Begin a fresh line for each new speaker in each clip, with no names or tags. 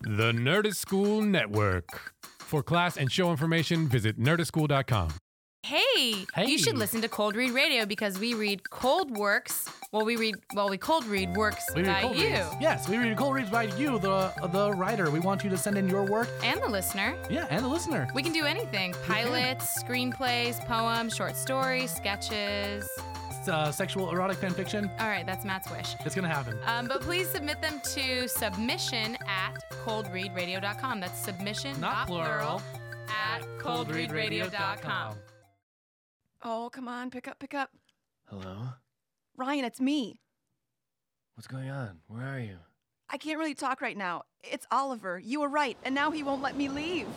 The Nerdist School Network. For class and show information, visit nerdistschool.com.
Hey,
Hey.
you should listen to Cold Read Radio because we read cold works. Well, we read well, we cold read works
We read
by
cold
you
reads. Yes, we read cold reads by you, the the writer. We want you to send in your work.
and the listener.
Yeah, and the listener.
We can do anything: pilots, screenplays, poems, short stories, sketches.
It's, uh, sexual erotic fan fiction.
All right, that's Matt's wish.
It's gonna happen.
Um, but please submit them to submission at coldreadradio.com. That's submission,
Not plural.
at coldreadradio.com.
Oh, come on, pick up, pick up.
Hello?
Ryan, it's me.
What's going on? Where are you?
I can't really talk right now. It's Oliver. You were right, and now he won't let me leave.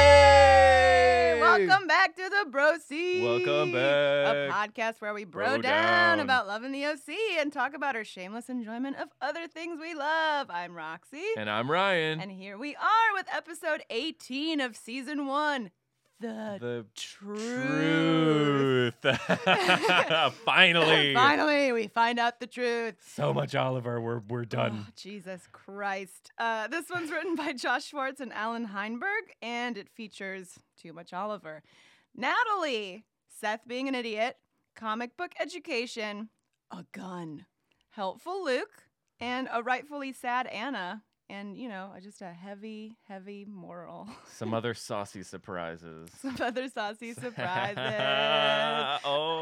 Hey!
Welcome back to the Bro Seat.
Welcome
A
back.
podcast where we bro,
Bro
down,
down.
about love in the OC and talk about our shameless enjoyment of other things we love. I'm Roxy.
And I'm Ryan.
And here we are with episode 18 of season one. The,
the
truth.
truth. Finally.
Finally, we find out the truth.
So much Oliver. We're we're done.
Oh, Jesus Christ. Uh, this one's written by Josh Schwartz and Alan Heinberg, and it features Too Much Oliver. Natalie, Seth being an idiot, comic book education, a gun, helpful Luke, and a rightfully sad Anna. And, you know, just a heavy, heavy moral.
Some other saucy surprises.
Some other saucy surprises.
oh,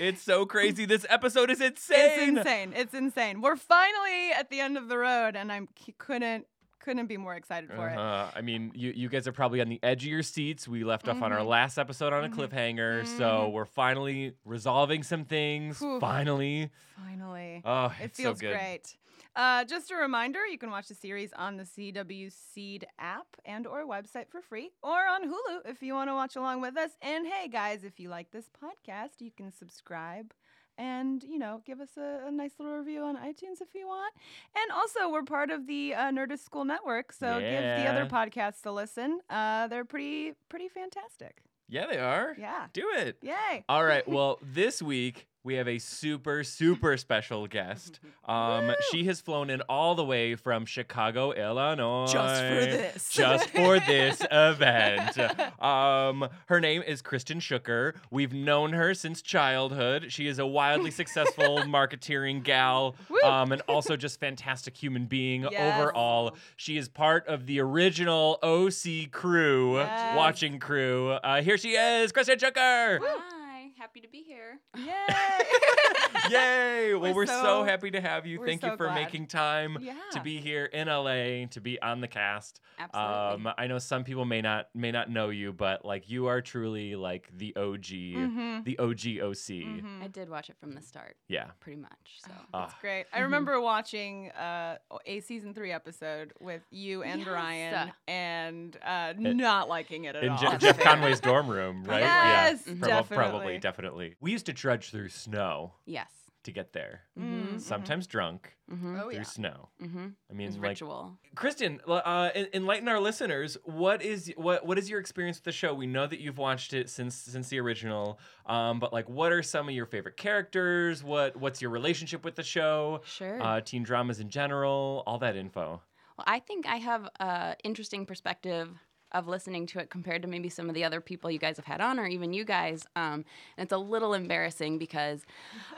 it's so crazy. This episode is
It's
insane.
insane. It's insane. We're finally at the end of the road, and I couldn't couldn't be more excited for it.
Uh-huh. I mean, you, you guys are probably on the edge of your seats. We left off on our
Mhm.
last episode on a
Mhm.
cliffhanger, so
Mhm.
we're finally resolving some things.
Whew.
Finally.
Finally.
Oh,
It
it's
feels
so good.
great. Uh, just a reminder, you can watch the series on the CW Seed app and or website for free, or on Hulu if you want to watch along with us. And hey, guys, if you like this podcast, you can subscribe and you know give us a, a nice little review on iTunes if you want. And also, we're part of the uh, Nerdist School Network, so give the other
Yeah.
podcasts a listen. Uh, they're pretty pretty fantastic.
Yeah, they are.
Yeah.
Do it.
Yay.
All right. Well, this week we have a super, super special guest. Um, she has flown in all the way from Chicago, Illinois.
this.
Just for this event. Um, her name is Kristen Shooker. We've known her since childhood. She is a wildly successful marketeering gal
Woo.
um, and also just fantastic human being
Yes.
overall. She is part of the original OC crew,
Yes.
watching crew. Uh, here she is, Kristen Shooker.
Hi, happy to be here.
Yay.
Yay! Well,
We're
we're, so,
so-
happy to have you.
we're
Thank
so
you for
glad.
making time
yeah.
to be here in LA, to be on the cast.
Absolutely.
Um, I know some people may not may not know you, but like you are truly like the OG,
Mhm.
the OG OC.
Mhm.
I did watch it from the start,
Yeah.
pretty much. So
Ah,
That's great. I
Mhm.
remember watching uh, a season three episode with you and
Yes.
Ryan and uh, not liking it at
in
all.
Je-
That's
Eh. Jeff
fair.
Conway's dorm room, right?
Yes,
yeah. Prob-
definitely.
Probably, definitely. We used to trudge through snow
yes.
to get there.
Mhm.
Sometimes drunk
Mm-hmm.
Oh,
through
yeah.
snow.
Mm-hmm.
I mean,
It's
like
ritual.
Kristen, l- uh, en- enlighten our listeners. What is what what is your experience with the show? We know that you've watched it since since the original, um, but like, what are some of your favorite characters? What what's your relationship with the show?
Sure.
Uh, teen dramas in general, all that info.
Well, I think I have an interesting perspective of listening to it compared to maybe some of the other people you guys have had on, or even you guys. Um, and it's a little embarrassing because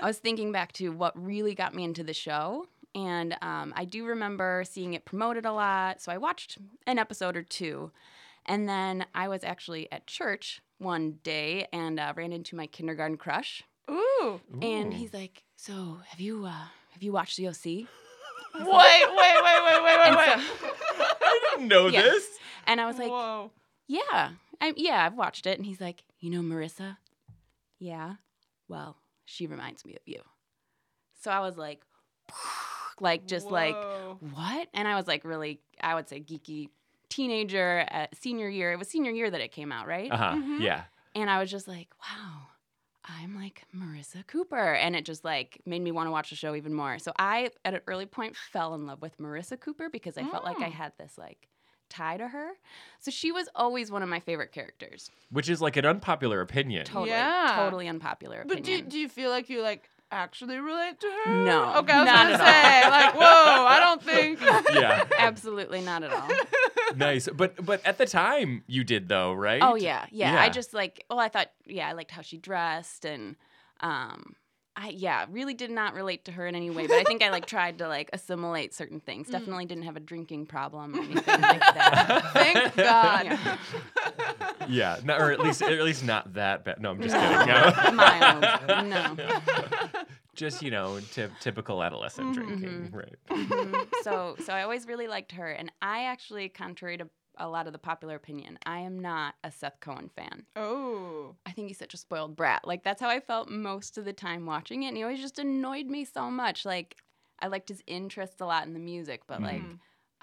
I was thinking back to what really got me into the show. And um, I do remember seeing it promoted a lot. So I watched an episode or two. And then I was actually at church one day and uh, ran into my kindergarten crush
Ooh.
and
Ooh.
he's like, "So have you uh, have you watched the OC?"
Wait, wait, wait, wait, wait, wait,
And
wait.
I didn't know
Yeah.
Oh, this.
And I was like,
Whoa.
"Yeah, I, yeah, I've watched it." And he's like, "You know Marissa? Yeah. Well, she reminds me of you." So I was like, like just like
Whoa.
what? And I was like really, I would say geeky teenager
Uh-huh,
at senior year. It was senior year that it came out, right?
Uh huh.
Mhm.
Yeah.
And I was just like, wow,
I'm like Marissa Cooper. And it just like made me want to watch the show even more. So I, at an early point, fell in love with Marissa Cooper because I felt like
Oh.
I had this like tie to her. So she was always one of my favorite characters.
Which is like an unpopular opinion.
Totally,
Yeah.
totally unpopular.
But do,
opinion.
do you feel like you like actually relate to her?
No.
Okay, I was
Not
gonna
at
say like, whoa, I don't think.
yeah,
Absolutely not at all.
nice. But but at the time you did though, right?
Oh yeah, yeah. I
Yeah.
just like well, I thought yeah, I liked how she dressed and um I yeah, really did not relate to her in any way, but I think I like tried to like assimilate certain
Mm.
things. Definitely didn't have a drinking problem or anything like that.
Thank God.
Yeah.
Yeah, not, or at least or at least not that bad. No, I'm just
No.
kidding. No.
Mild. No.
just you know, ty- typical adolescent
Mm-hmm.
drinking, right?
Mhm. So so I always really liked her and I actually contrary to a lot of the popular opinion, I am not a Seth Cohen fan.
Oh.
I think he's such a spoiled brat. Like that's how I felt most of the time watching it, and he always just annoyed me so much. Like I liked his interest a lot in the music, but like
Mm-hmm.
Mhm.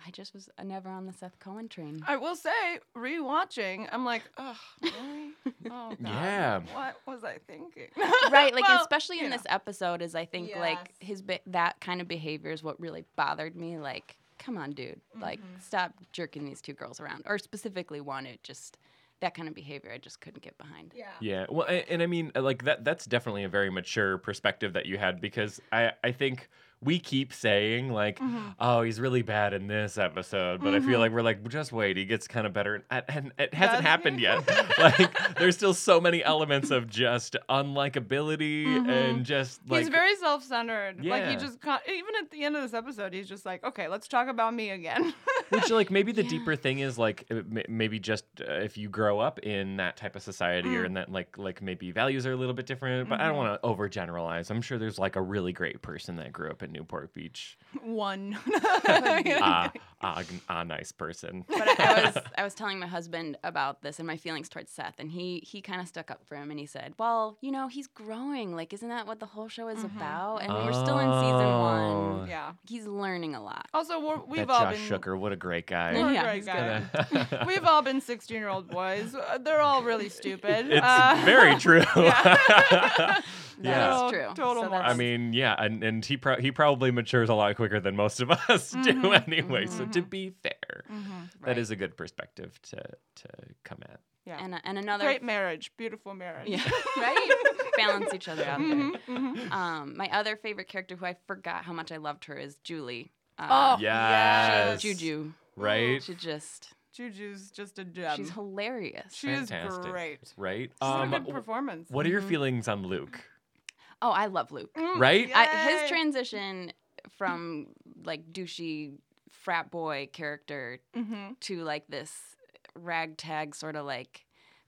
I just was uh, never on the Seth Cohen train.
I will say, rewatching, I'm like, oh, really? Oh, God.
Yeah.
What was I thinking?
right, like
Well,
especially in
you know.
this episode, is I think like
Yes.
his be- that kind of behavior is what really bothered me. Like, come on, dude, like
Mm-hmm.
stop jerking these two girls around, or specifically one. It just that kind of behavior I just couldn't get behind.
Yeah.
Yeah. Well, a- and I mean, uh, like that. That's definitely a very mature perspective that you had because I I think we keep saying like,
Mm-hmm.
oh, he's really bad in this episode, but I feel like we're like, just wait, he gets kind of better, and, and it hasn't
Does
happened
he?
yet. like, there's still so many elements of just unlikability and just like.
Mm-hmm. he's very self-centered. Like he
Yeah.
just con- even at the end of this episode, he's just like, okay, let's talk about me again.
Which, like, maybe the deeper thing is like uh, m- maybe just uh, if you grow up in that type of society
Mm.
or in that like like maybe values are a little bit different. But I don't
Mm-hmm.
want to overgeneralize. I'm sure there's like a really great person that grew up in Newport Beach.
One.
Ah, ah, g- ah, nice person.
but I, I was I was telling my husband about this and my feelings towards Seth, and he he kind of stuck up for him, and he said, "Well, you know, he's growing. Like, isn't that what the whole show is
Mm-hmm.
about? And we're still in season
Oh.
one.
yeah.
He's learning a lot.
Also, we're, we've
that
all
Josh
been
Shooker, what a great
we're
guy.
a
Yeah,
great
he's
guy.
it's
We've all been 16-year-old boys. Uh, They're all really stupid. Uh,
very true.
That's
Yeah.
true.
Total
So that's-
I mean, yeah, and, and he pro- he probably matures a lot quicker than most of us do
Mm-hmm.
anyway. So to be fair,
Mm-hmm.
that is a good perspective to to come at.
and and another
Great marriage, beautiful marriage. Mm-hmm.
yeah, right. Balance each other out there. Um, my other favorite character, who I forgot how much I loved her, is Julie. Uh,
Oh,
Yes.
Juju.
Right?
She just
Juju's just a gem.
she's hilarious.
she is
Fantastic.
great. She's
Right? Um,
what a good Mm-hmm.
w-
performance.
what are your feelings on Luke?
oh, I love Luke.
Right?
I, his
Mm. Yay.
transition from like douchey frat boy character
Mhm.
to like this ragtag sort of like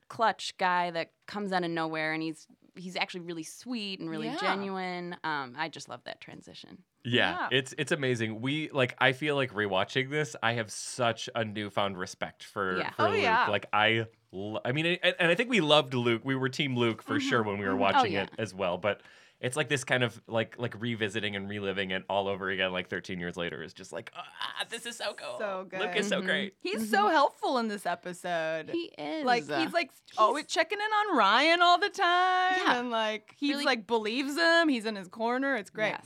clutch guy that comes out of nowhere and he's he's actually really sweet and really
Yeah.
genuine um, i just love that transition
Yeah,
Yeah.
it's it's amazing. We like I feel like rewatching this, I have such a newfound respect for
Yeah.
for
Oh,
Luke.
yeah.
Like I lo- I mean and, and I think we loved Luke. We were team Luke for
Mm-hmm.
sure when
Oh,
we were watching
yeah.
it as well, but it's like this kind of like like revisiting and reliving it all over again like 13 years later is just like ah this is so cool.
So Mm-hmm.
Luke is so
good.
great.
He's so helpful in this episode.
Mm-hmm. he is
like he's like always checking in on Ryan all the time,
Yeah.
and like he's
Really-
like believes him. He's in his corner. It's great.
yes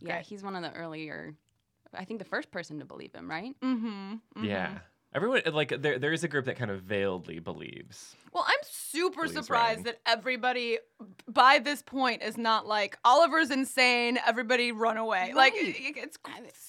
yeah
great.
he's one of the earlier i think the first person to believe him right
Mm-hmm.
Yeah. Everyone like there there is a group that kind of veiledly believes.
Well, I'm super
Please,
surprised
Ryan.
that everybody by this point is not like Oliver's insane. Everybody run away. Like
Right.
it- it's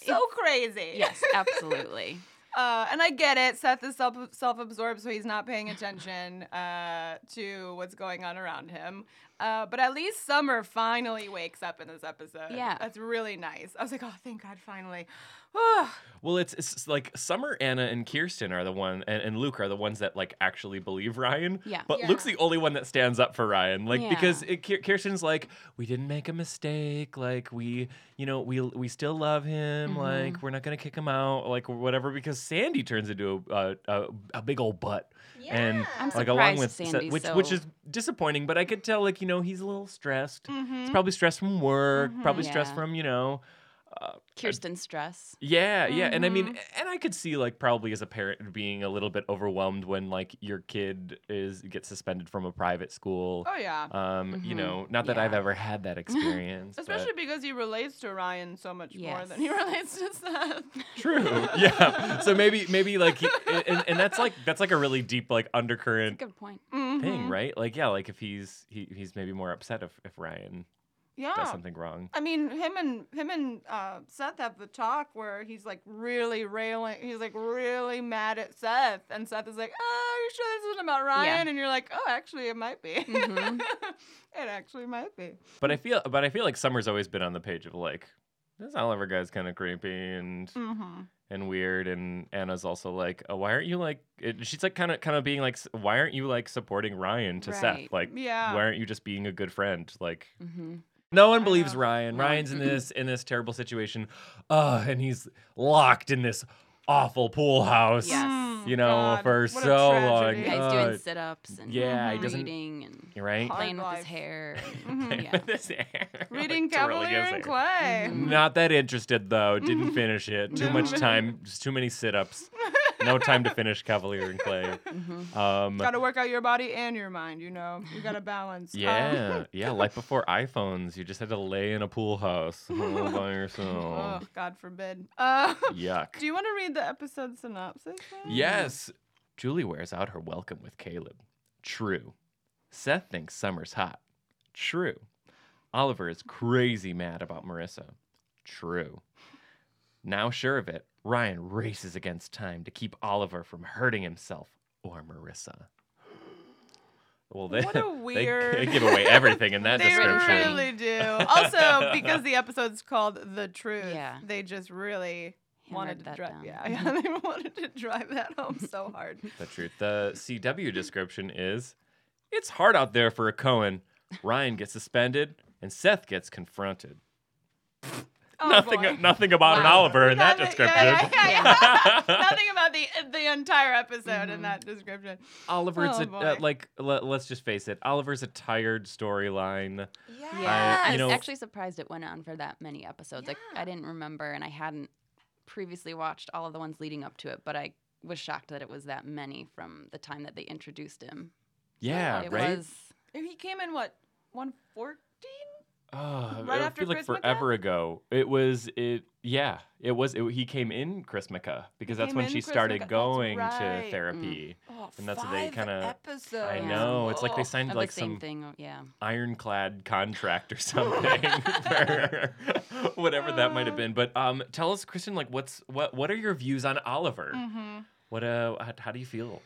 so crazy.
yes absolutely
Uh, and I get it. Seth is self self absorbed, so he's not paying attention uh, to what's going on around him. Uh, but at least Summer finally wakes up in this episode.
Yeah.
that's really nice. I was like, oh, thank God, finally. Mm-hmm.
Well, it's, it's like Summer, Anna, and Kirsten are the one, and, and Luke are the ones that like actually believe Ryan.
Yeah.
But
Yeah.
Luke's the only one that stands up for Ryan, like
Yeah.
because it, Kir- Kirsten's like, we didn't make a mistake, like we, you know, we we still love him,
Mm-hmm.
like we're not gonna kick him out, like or whatever, because Sandy turns into a a, a, a big old butt. Yeah. And
I'm
like along
surprised
with Sa-
Sandy's
which which
so-
is disappointing, but I could tell like you know he's a little stressed. He's probably stressed from work, probably stressed
Mm-hmm. Yeah.
from you know uh,
Kirsten Stress.
yeah, yeah. And I
Mm-hmm.
mean, and I could see like probably as a parent being a little bit overwhelmed when like your kid is gets suspended from a private school.
Oh yeah.
Um, you
Mhm.
know, not that I've ever had that experience. but-
Especially because he relates to Ryan so much more than he
Yes.
relates to Seth.
True. Yeah. So maybe maybe like he, and, and that's like that's like a really deep like undercurrent
Good point.
thing,
Mhm.
right? Like yeah, like if he's he, he's maybe more upset if, if Ryan does
Yeah.
something wrong.
I mean, him and him and uh, Seth have the talk where he's like really railing. He's like really mad at Seth, and Seth is like, "Oh, you sure this isn't about Ryan?" And you're like, "Oh, actually, it might be.
Mhm.
it actually might be."
But I feel but I feel like Summer's always been on the page of like this Oliver guy's kind of creepy and
Mm-hmm.
and weird and Anna's also like oh, why aren't you like it, she's like kind of kind of being like "S- why aren't you like supporting Ryan to Seth
Right.
like
Yeah.
why aren't you just being a good friend like
Mm-hmm.
No one
I
believes
know.
Ryan. Ryan's in this in this terrible situation, uh, and he's locked in this awful pool
Mm.
house.
Yes.
You know, for so long.
Yeah, he's doing sit ups and
Uh, yeah,
he
doesn't-
reading and
You're right.
Hard
playing with
life.
his hair.
Mhm.
yeah.
This air,
Reading
like, to really
Cavalier
Mm-hmm. get
and
there.
Clay.
Not that interested though. Didn't finish it. Too much
No.
time. Just too many sit-ups. No time to finish Cavalier and Clay.
Mhm.
Mm-hmm.
Um,
Got to work out your body and your mind. You know, you got to balance. Um,
yeah, yeah. Like before iPhones, you just had to lay in a pool house all by yourself.
oh, God forbid. Uh,
Yuck.
do you want to read the episode synopsis? now?
Yes. Julie wears out her welcome with Caleb. True. Seth thinks Summer's hot. True. Oliver is crazy mad about Marissa. True. Now sure of it, Ryan races against time to keep Oliver from hurting himself or Marissa. Well, they,
What a
they- they,
weird-
give away everything in that
They
description.
really do. Also, because the episode's called "The Truth,"
Yeah.
they just really wanted
Hammered
to
that
drive.
down.
Yeah, yeah, they wanted to drive that home so hard.
The truth. The CW description is it's hard out there for a Cohen. Ryan gets suspended and Seth gets confronted.
Oh,
nothing
boy.
nothing about an
Wow.
Oliver in that
Nothing-
description.
yeah, yeah, yeah,
yeah.
yeah. Nothing about the the entire episode
Mm-hmm.
in that description.
Oliver's
Oh,
a,
boy.
uh, like le- let's just face it. Oliver's a tired storyline.
Yeah,
you know-
actually surprised it went on for that many episodes. Like I didn't remember, and I hadn't previously watched all of the ones leading up to it, but I was shocked that it was that many from the time that they introduced him.
Yeah,
it
right.
was
He came in what one fourteen?
Oh,
right
it
after
feels like
Chris Mika?
forever ago. It was it. Yeah, it was. It, he came in Chris Mika because that's
came
when
in
she
Chris
started
Mika, that's
going to
right.
therapy.
Oh,
And that's what they
five
kinda-
episodes.
I
Yeah.
know. It's like they
Oh.
signed
of
like
the same
some
thing. oh, Yeah,
ironclad contract or something for whatever that might have been. But um, tell us, Kristen, like what's what what are your views on Oliver?
Mm.
Mhm.
What uh, how, how do you feel?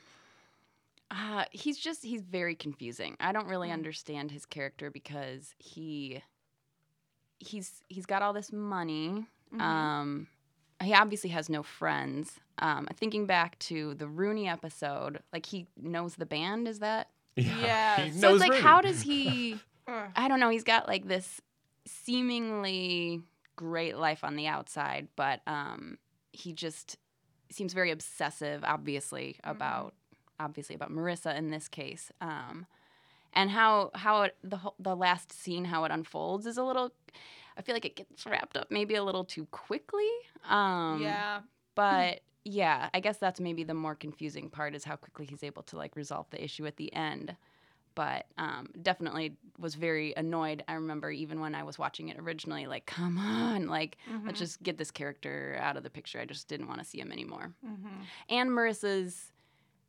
uh, he's just he's very confusing. I don't really understand his character because he he's he's got all this money.
Mm-hmm.
Um, he obviously has no friends. Um, thinking back to the Rooney episode, like he knows the band. Is that
Yeah. So
he
it's
so?
knows
It's like
Rudy.
how does he?
Ugh.
I don't know. He's got like this seemingly great life on the outside, but um, he just seems very obsessive, obviously about obviously about Marissa in this case. Um, and how how it, the whole, the last scene, how it unfolds, is a little. I feel like it gets wrapped up maybe a little too quickly. Um,
yeah.
But yeah, I guess that's maybe the more confusing part is how quickly he's able to like resolve the issue at the end. But um, definitely was very annoyed. I remember even when I was watching it originally, like, come on, like,
Mm-hmm.
let's just get this character out of the picture. I just didn't want to see him anymore.
Mm-hmm,
And Marissa's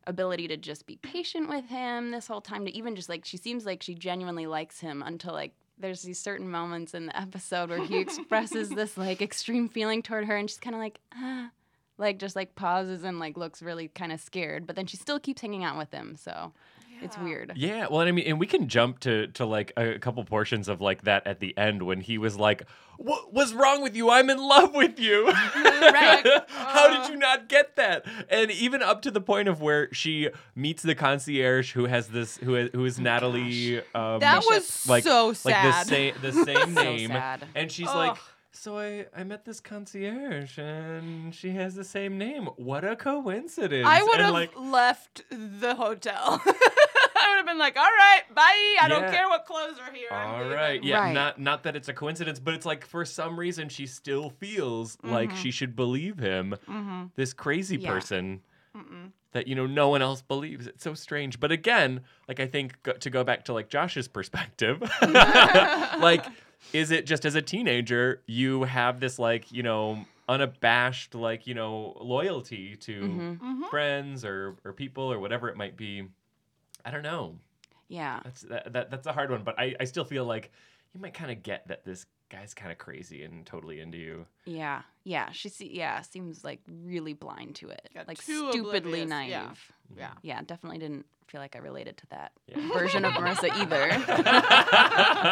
ability to just be patient with him this whole time, to even just like, she seems like she genuinely likes him until like, there's these certain moments in the episode where he expresses this like extreme feeling toward her, and she's kind of like, ah, like just like pauses and like looks really kind of scared, but then she still keeps hanging out with him. So it's weird.
Yeah, well, and I mean, and we can jump to to like a couple portions of like that at the end when he was like, "What was wrong with you? I'm in love with you." How did you not get that? And even up to the point of where she meets the concierge who has this who is, who is Natalie. Um,
Oh That was
like
so
like the
sad.
same the same
So
name,
sad.
and she's like.
Ugh.
So I, I met this concierge and she has the same name. What a coincidence!
I would
And,
have
like,
left the hotel. I would have have been like, all right, bye. I don't
Yeah.
care what clothes are here. I'm
All
leaving."
right. Yeah.
Right.
Not not that it's a coincidence, but it's like for some reason she still feels like she should believe him. This crazy
Mm-hmm. Yeah.
person that you know no one else believes. It's so strange. But again, like I think go, to go back to like Josh's perspective, like is it just as a teenager you have this like you know unabashed like you know loyalty to
Mm-hmm.
Mm-hmm.
friends or or people or whatever it might be. I don't know.
Yeah.
That's that, that that's a hard one, but I, I still feel like you might kind of get that this guy's kind of crazy and totally into you.
Yeah. Yeah. She se- yeah, seems like really blind to it.
Got
like
too
stupidly
oblivious,
naive.
yeah. Yeah.
Yeah, definitely didn't feel like I related to that
Yeah.
version of Marissa either.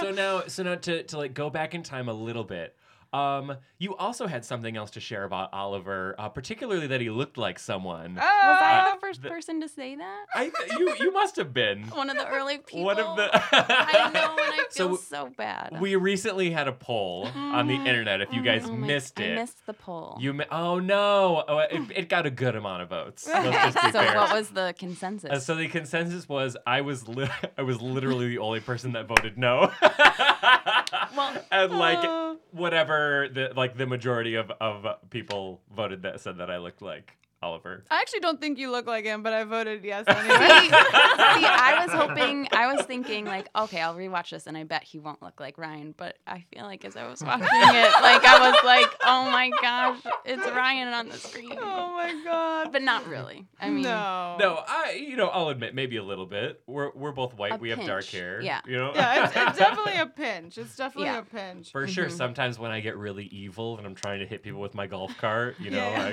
so now so now to, to like go back in time a little bit. Um, you also had something else to share about Oliver, uh, particularly that he looked like someone.
Was
Ah,
I
Uh,
the first
the-
person to say that?
I th- you you must have been
One of the early people.
one of the.
I know, and I
So
feel so, bad.
we recently had a poll on the internet. If you guys
Oh my-
missed it,
Mm-hmm. I missed the poll.
You ma- oh no! Oh, it, it got a good amount of votes. Let's just be
so
fair.
what was the consensus?
Uh, so the consensus was I was li- I was literally the only person that voted no. and like whatever the like the majority of of uh, people voted that said that I looked like Oliver.
I actually don't think you look like him, but I voted yes anyway.
see, see, I was hoping, I was thinking, like, okay, I'll rewatch this and I bet he won't look like Ryan. But I feel like as I was watching it, like, I was like, oh my gosh, it's Ryan on the screen.
oh my god.
But not really. I mean,
no.
No, I you know I'll admit maybe a little bit. We're we're both white.
A
we have dark
pinch,
hair.
yeah.
You know.
Yeah, it's, it's definitely a pinch. It's definitely
Yeah.
a pinch.
For sure, sometimes when I get really evil and I'm trying to hit people with my golf cart, you know,
Yeah.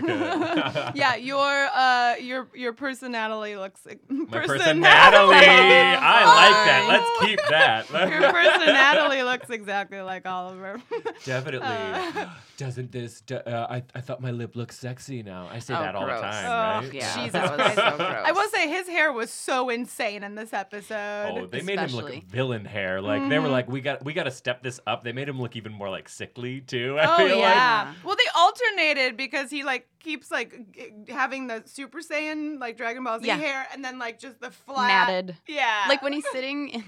like uh,
yeah, your uh, your your personality looks. My
My person Natalie. I like that. Let's keep
Your
that.
personality looks exactly like Oliver.
Definitely.
Uh.
Doesn't this? d- Uh, I I thought my lip looked sexy. Now I say
Oh,
that all the
gross.
time,
Oh,
right?
yeah,
Jesus
that was so gross.
I will say his hair was so insane in this
Oh,
episode.
they made him
Especially.
look villain hair. Like they were like, we got we got to step this up. They made him look even more like sickly too.
Oh,
I feel
yeah.
like-
Well, they alternated because he like keeps like g- having the Super Saiyan like Dragon Ball Z
Yeah.
hair, and then like just the flat.
matted.
Yeah.
Like when he's sitting in,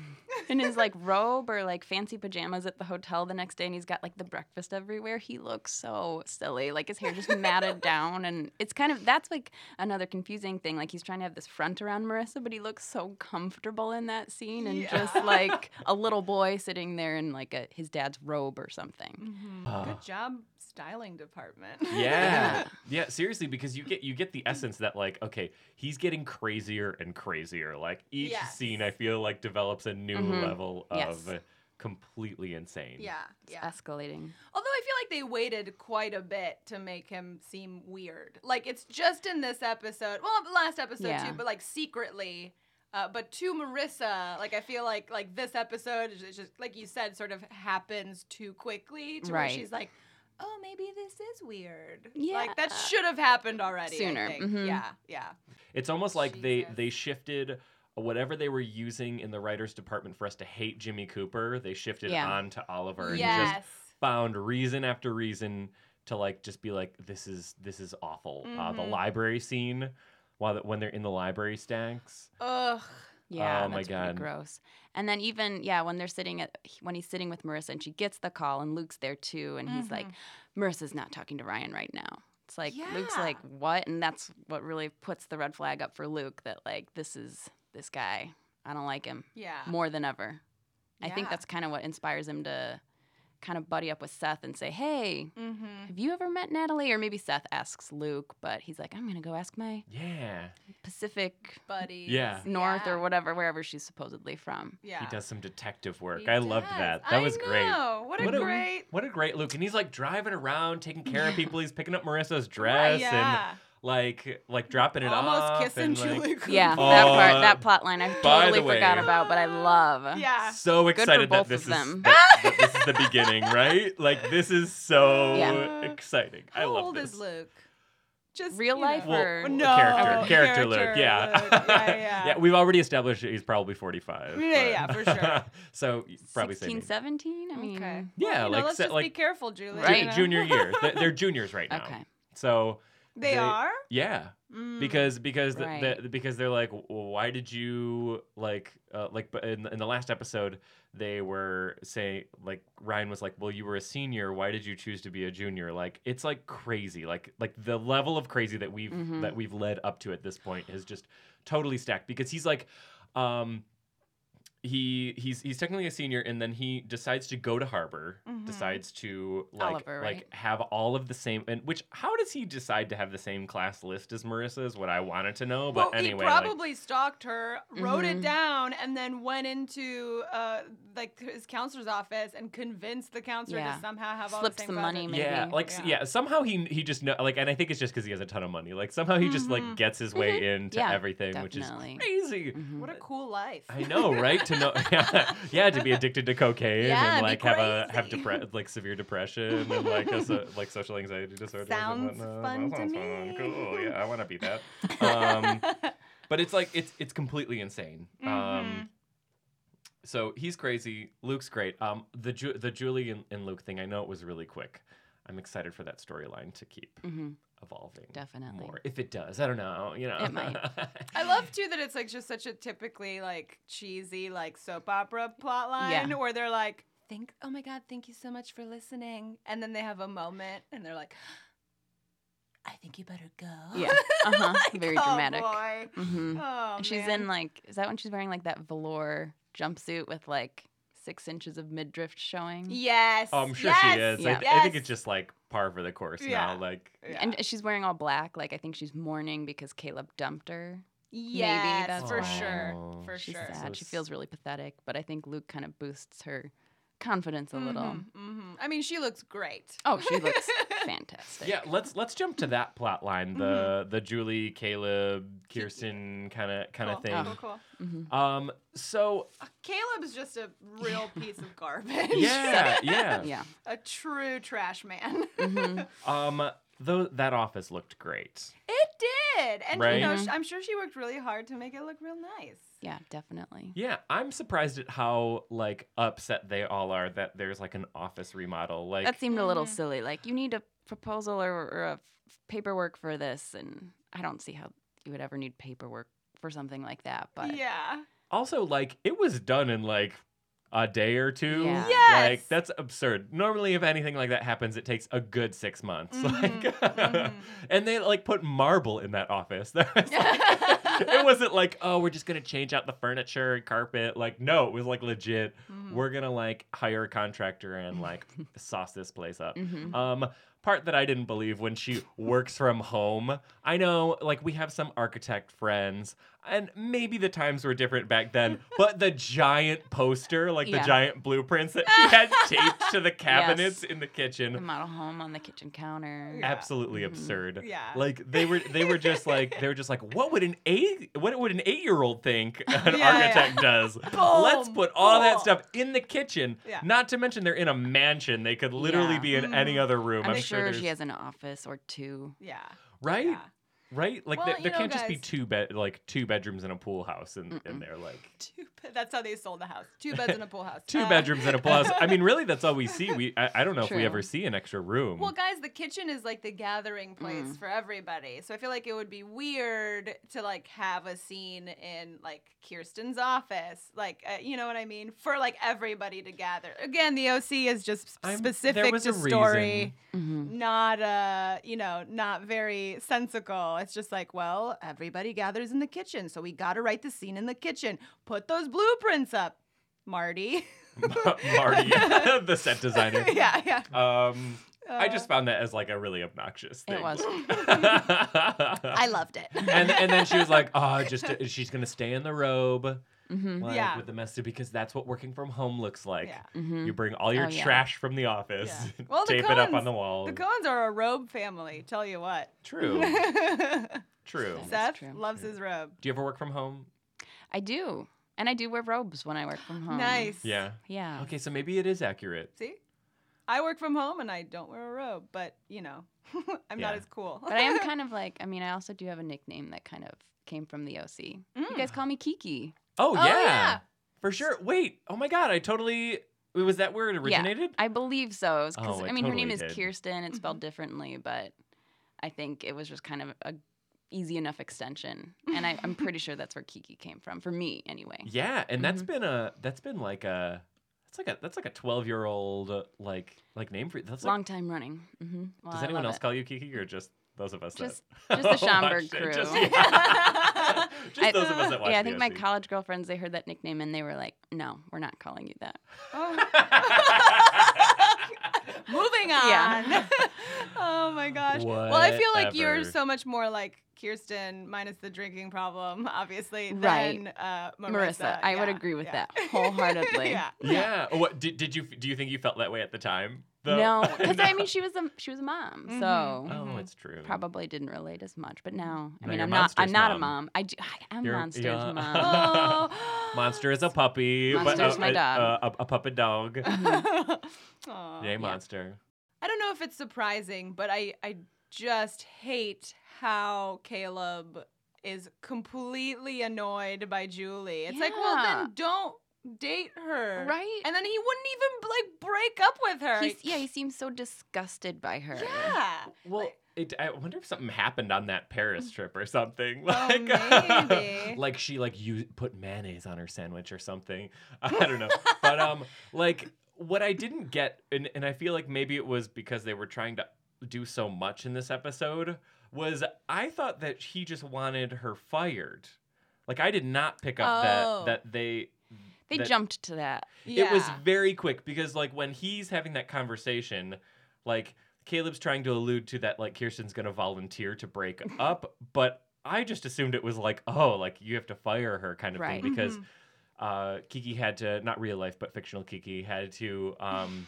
in his like robe or like fancy pajamas at the hotel the next day and he's got like the breakfast everywhere, he looks so silly. Like his hair just matted down and it's kind of that's like another confusing thing. Like he's trying to have this front around Marissa, but he looks so comfortable in that scene and just like a little boy sitting there in like a, his dad's robe or something.
like. Uh,
Mm-hmm. Good job, styling department.
yeah. Yeah, seriously because you get you get the essence that like okay, he's getting crazier and crazier. Like each
Yes.
scene I feel like develops a new
Mhm.
level
Yes.
of completely insane.
yeah.
It's
Yeah.
escalating.
Although I feel like they waited quite a bit to make him seem weird. Like it's just in this episode, well, the last episode
Yeah.
too, but like secretly. Uh, but to Marissa, like I feel like like this episode is just like you said, sort of happens too quickly to where
Right.
she's like, oh, maybe this is weird.
Yeah.
like that should have happened already. I
Sooner,
think.
mhm.
Yeah, yeah.
It's almost like they
Jesus.
they shifted whatever they were using in the writers department for us to hate Jimmy Cooper, they shifted
Yeah.
on to Oliver and
Yes.
just found reason after reason to like just be like this is this is awful. Uh, the
Mhm.
library scene while the, when they're in the library stacks.
Ugh.
Yeah,
Oh my
that's pretty
God.
gross. And then even yeah, when they're sitting at when he's sitting with Marissa and she gets the call and Luke's there too, and he's like, Marissa's not talking to Ryan right now. It's like Luke's
Mm-hmm. Yeah.
like what, and that's what really puts the red flag up for Luke that like this is this guy. I don't like him
Yeah.
more than ever. I think
Yeah.
that's kind of what inspires him to kind of buddy up with Seth and say, hey.
Mm-hmm.
Have you ever met Natalie? Or maybe Seth asks Luke, but he's like, I'm going to go ask my
Yeah.
Pacific
Buddy.
Yeah.
North or whatever, wherever she's supposedly from.
Yeah.
He does some detective work.
He
I loved
does.
that.
I
That was great.
know. What a great.
what a great Luke. And he's like driving around, taking care of people. He's picking up Marissa's dress
yeah.
and like like dropping it
Almost
off.
kissing
and, like,
Julie. Cooper.
Yeah, that
Uh,
part, that plot line, I
by
totally
the way-
forgot about, but I love.
Yeah.
so
for
excited
both
that this
of
is
them.
that- that this is the beginning, right? Like this is so
Yeah.
exciting. I
How
love
old
this.
is Luke? Just
Real
you
life
know.
Well,
or
No.
character,
Okay.
character Luke,
Character
yeah.
Luke. Yeah, yeah.
We've already established that he's probably forty-five.
Yeah, yeah,
but-
for sure.
so probably
16,
same.
17? I mean,
Okay. You
Yeah,
know,
like
let's
se-
just be
like
careful, Julie.
ju-
Right.
you know?
junior year. They're, they're juniors right now.
Okay.
So
They, are.
Yeah,
Mm.
because because the-
Right.
the, because they're like, "Well, why did you like uh, like but in, in the last episode they were saying like Ryan was like, well, you were a senior, why did you choose to be a junior? Like it's like crazy, like like the level of crazy that we've
Mhm.
that we've led up to at this point is just totally stacked because he's like, um. He he's he's technically a senior, and then he decides to go to Harbor.
Mhm.
Decides to like
Oliver,
like
right?
have all of the same and which how does he decide to have the same class list as Marissa is what I wanted to know.
well,
But anyway,
he
like-
probably stalked her, wrote
Mhm.
it down, and then went into uh, like his counselor's office and convinced the counselor
Yeah.
to somehow have all
Slipped
the same
some
classes.
money, maybe.
yeah, like s- yeah.
Yeah.
somehow he he just know like and I think it's just because he has a ton of money. Like somehow he just like
Mhm.
gets his way into
Mm-hmm. Yeah,
everything,
definitely.
which is crazy.
Mhm.
What a cool life.
I know, right? To know, yeah, yeah, to be addicted to cocaine
Yeah,
and
be
like have a have
crazy.
depre- like severe depression and like a, so- like social anxiety disorders and
Sounds
whatnot.
fun
that
to
sounds
me.
fun. Cool. Yeah, I want to be that. Um, but it's like it's it's completely insane. Um,
Mhm.
so he's crazy. Luke's great. Um, the Ju- the Julie and, and Luke thing. I know it was really quick. I'm excited for that storyline to keep
Mhm.
evolving.
Definitely.
More if it does. I don't know. You know.
It might.
I love too that it's like just such a typically like cheesy like soap opera plot
Yeah.
line where they're like, think, oh my God, thank you so much for listening. And then they have a moment and they're like, I think you better go.
Yeah. Uh-huh.
Like,
Very
oh,
dramatic.
boy.
Mhm.
Oh,
And she's
man.
in like, is that when she's wearing like that velour jumpsuit with like six inches of midriff showing?
Yes.
Oh, I'm sure
yes,
she is. I,
Yeah.
I think
yes.
it's just like par for the course
Yeah.
now. Like,
Yeah.
And she's wearing all black. Like, I think she's mourning because Caleb dumped her.
yes,
that's
for
why.
Oh.
sure. For
She's
sure.
sad.
So
she feels really pathetic, but I think Luke kind of boosts her confidence a little.
Mhm, mhm. I mean, she looks great.
Oh, she looks fantastic.
yeah. Let's let's jump to that plot line. The
Mm-hmm.
the Julie, Caleb, Kirsten kind of kind of
cool.
thing.
Cool, cool.
hmm
Um. So
Uh, Caleb's just a real piece of garbage.
yeah, yeah.
Yeah.
a true trash man.
hmm
Um. Though that office looked great.
It did, and you know,
Right?
sh- I'm sure she worked really hard to make it look real nice.
Yeah, definitely.
Yeah, I'm surprised at how like upset they all are that there's like an office remodel. Like,
that seemed a little
Mhm.
silly. Like, you need a proposal or, or a f- paperwork for this. And I don't see how you would ever need paperwork for something like that. But
yeah,
also like it was done in like a day or two.
Yeah.
Yes.
Like that's absurd. Normally if anything like that happens, it takes a good six months.
Mhm,
Like
mhm.
and they like put marble in that office. There was, like- it wasn't like, oh, we're just gonna change out the furniture and carpet. Like, no, it was like legit.
Mhm.
We're gonna like hire a contractor and like sauce this place up.
Mhm.
Um, part that I didn't believe when she works from home. I know, like, we have some architect friends, and maybe the times were different back then, but the giant poster, like
Yeah.
the giant blueprints that she had taped to the cabinets in the
the
Oh
kitchen,
model home on the kitchen counter.
Yeah.
absolutely
Mhm.
absurd.
Mm-hmm. Yeah.
Like they were, they were just like they were just like, what would an eight, what would an eight-year-old think an
Yeah,
architect does? Let's
Boom,
put all that
boom.
stuff in the kitchen.
Yeah.
Not to mention they're in a mansion; they could literally
Yeah.
be in
Mhm.
any other room.
I'm, sure,
there's-
she has an office or two.
yeah,
Right?
yeah.
Right? Like
Well,
there,
you
there
know,
can't just be
guys-
two bed like two bedrooms and a pool house and, and they're like
Two, be- that's how they sold the house. Two beds and a pool house.
two
Uh,
bedrooms and a plus. I mean really that's all we see. We I, I don't know if we
True.
ever see an extra room.
Well, guys, the kitchen is like the gathering place
Mm.
for everybody. So I feel like it would be weird to like have a scene in like Kirsten's office, like uh, you know what I mean, for like everybody to gather. Again, the OC is just sp-
I'm- there
specific
was
to
a
story,
Mhm.
not uh, you know, not very sensical. It's just like, well, everybody gathers in the kitchen, so we got to write the scene in the kitchen. Put those blueprints up, Marty.
Marty, the set designer.
yeah, yeah.
Um
Uh,
I just found that as like a really obnoxious
It
thing.
was.
I
I loved it.
and and then she was like, "Oh, just she's gonna stay in the robe,
Mhm.
like,
Mm-hmm. Yeah.
with the message because that's what working from home looks like.
Yeah.
Mhm.
You bring all your
Oh, yeah.
trash from the office,
Yeah. Well, the
tape it up on
Coens-
the wall.
The Coens are a robe family, tell you what.
True, true.
That's
Seth
true.
loves his robe.
Do you ever work from home?
I do. And I do wear robes when I work from home.
Nice.
Yeah.
Yeah.
Okay, so maybe it is accurate.
See? I work from home and I don't wear a robe, but you know, I'm not
Yeah.
as cool.
But I am kind of like, I mean, I also do have a nickname that kind of came from the OC. You guys call me Kiki.
Oh, yeah.
yeah.
For sure. Wait. Oh my god, I totally wait, was that where it originated?
I believe so. It was 'cause-
Oh, it
I mean, her name
totally
is
did.
Kirsten. It's spelled differently, but I think it was just kind of a easy enough extension, and I, I'm pretty sure that's where Kiki came from for me anyway.
Yeah, and that's
Mm-hmm.
been a that's been like a that's like a that's like a twelve year old like like name for that's like,
Long time running. hmm Well,
Does
I
anyone
love
else
it.
call you Kiki or just those of us
Just-
that
just the
watched
Schomburg
it?
crew.
Just, yeah. Just
I-
those of us that watch
yeah, I think my
BSC.
college girlfriends they heard that nickname and they were like, "No, we're not calling you that."
Oh. Moving on.
Yeah.
oh my gosh. Well, I feel like you're
Whatever.
so much more like Kirsten, minus the drinking problem, obviously,
Right.
than uh, Marissa.
Marissa, I would
Yeah,
agree with
yeah.
that wholeheartedly.
yeah.
yeah. Oh, What did, did you do? You think you felt that way at the time? though?
No, because I mean, she was a she was a mom,
Mhm.
so
Oh, it's true.
probably didn't relate as much. But now, I
Now
mean,
you're
I'm not
Monster's
I'm not a
mom.
mom. I do, I am
You're-
monsters
yeah.
mom.
Oh.
Monster is a puppy. but
Monster's
a,
my
a-
dog.
A, a, a puppet dog.
Oh,
Mm-hmm.
Aw.
Yay, monster.
I don't know if it's surprising, but I, I just hate how Caleb is completely annoyed by Julie. It's like, well,
Yeah.
then don't date her.
Right?
And then he wouldn't even like break up with her.
He's, yeah, he seems so disgusted by her.
yeah.
Well, it, I wonder if something happened on that Paris trip or something.
Oh,
Like,
maybe.
like she like you put mayonnaise on her sandwich or something. I don't know. but um, like what I didn't get, and, and I feel like maybe it was because they were trying to do so much in this episode. Was I thought that he just wanted her fired. Like I did not pick up
Oh.
that that they
They
that-
jumped to that.
Yeah.
it was very quick because like when he's having that conversation, like Caleb's trying to allude to that like Kirsten's gonna volunteer to break up, but I just assumed it was like, oh, like you have to fire her kind of
Right.
thing because uh, Kiki had to not real life but fictional Kiki had to um,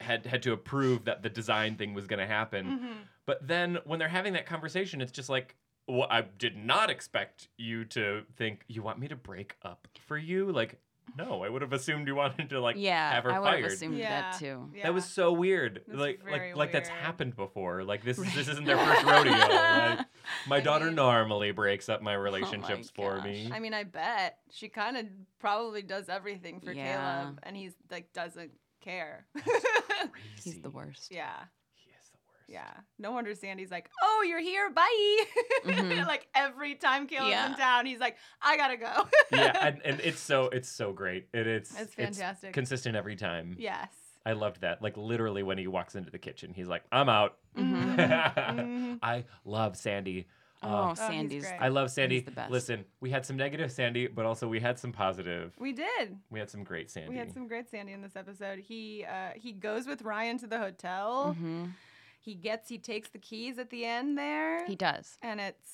had had to approve that the design thing was gonna happen.
Mm-hmm.
But then when they're having that conversation, it's just like, well, I did not expect you to think you want me to break up for you. Like, no, I would have assumed you wanted to like
yeah,
have her
I would
fired.
have assumed
Yeah.
that too.
Yeah.
That was so weird.
That's
like, like,
very
like that's
weird.
happened before. Like this, this isn't their first rodeo. Like, my
I
daughter
mean-
normally breaks up my relationships for
Oh gosh.
me.
I mean, I bet she kind of probably does everything for
Yeah.
Caleb, and he's like doesn't care.
He's the worst.
yeah,
He is the worst.
yeah. No wonder Sandy's like, "Oh, you're here, bye."
Mhm.
like every time Caleb's
Yeah.
in town, he's like, "I gotta go."
yeah, and, and it's so it's so great. It, it's
It's fantastic.
consistent every time.
yes.
I loved that. Like literally, when he walks into the kitchen, he's like, "I'm out."
Mhm.
Mhm.
I love Sandy.
Oh,
Uh,
he's
Sandy's.
great.
I love Sandy.
the best.
Listen, we had some negative Sandy, but also we had some positive.
We did.
We had some great Sandy.
We had some great Sandy in this episode. He uh, he goes with Ryan to the hotel.
Mhm.
He gets he takes the keys at the end there.
He does.
and it's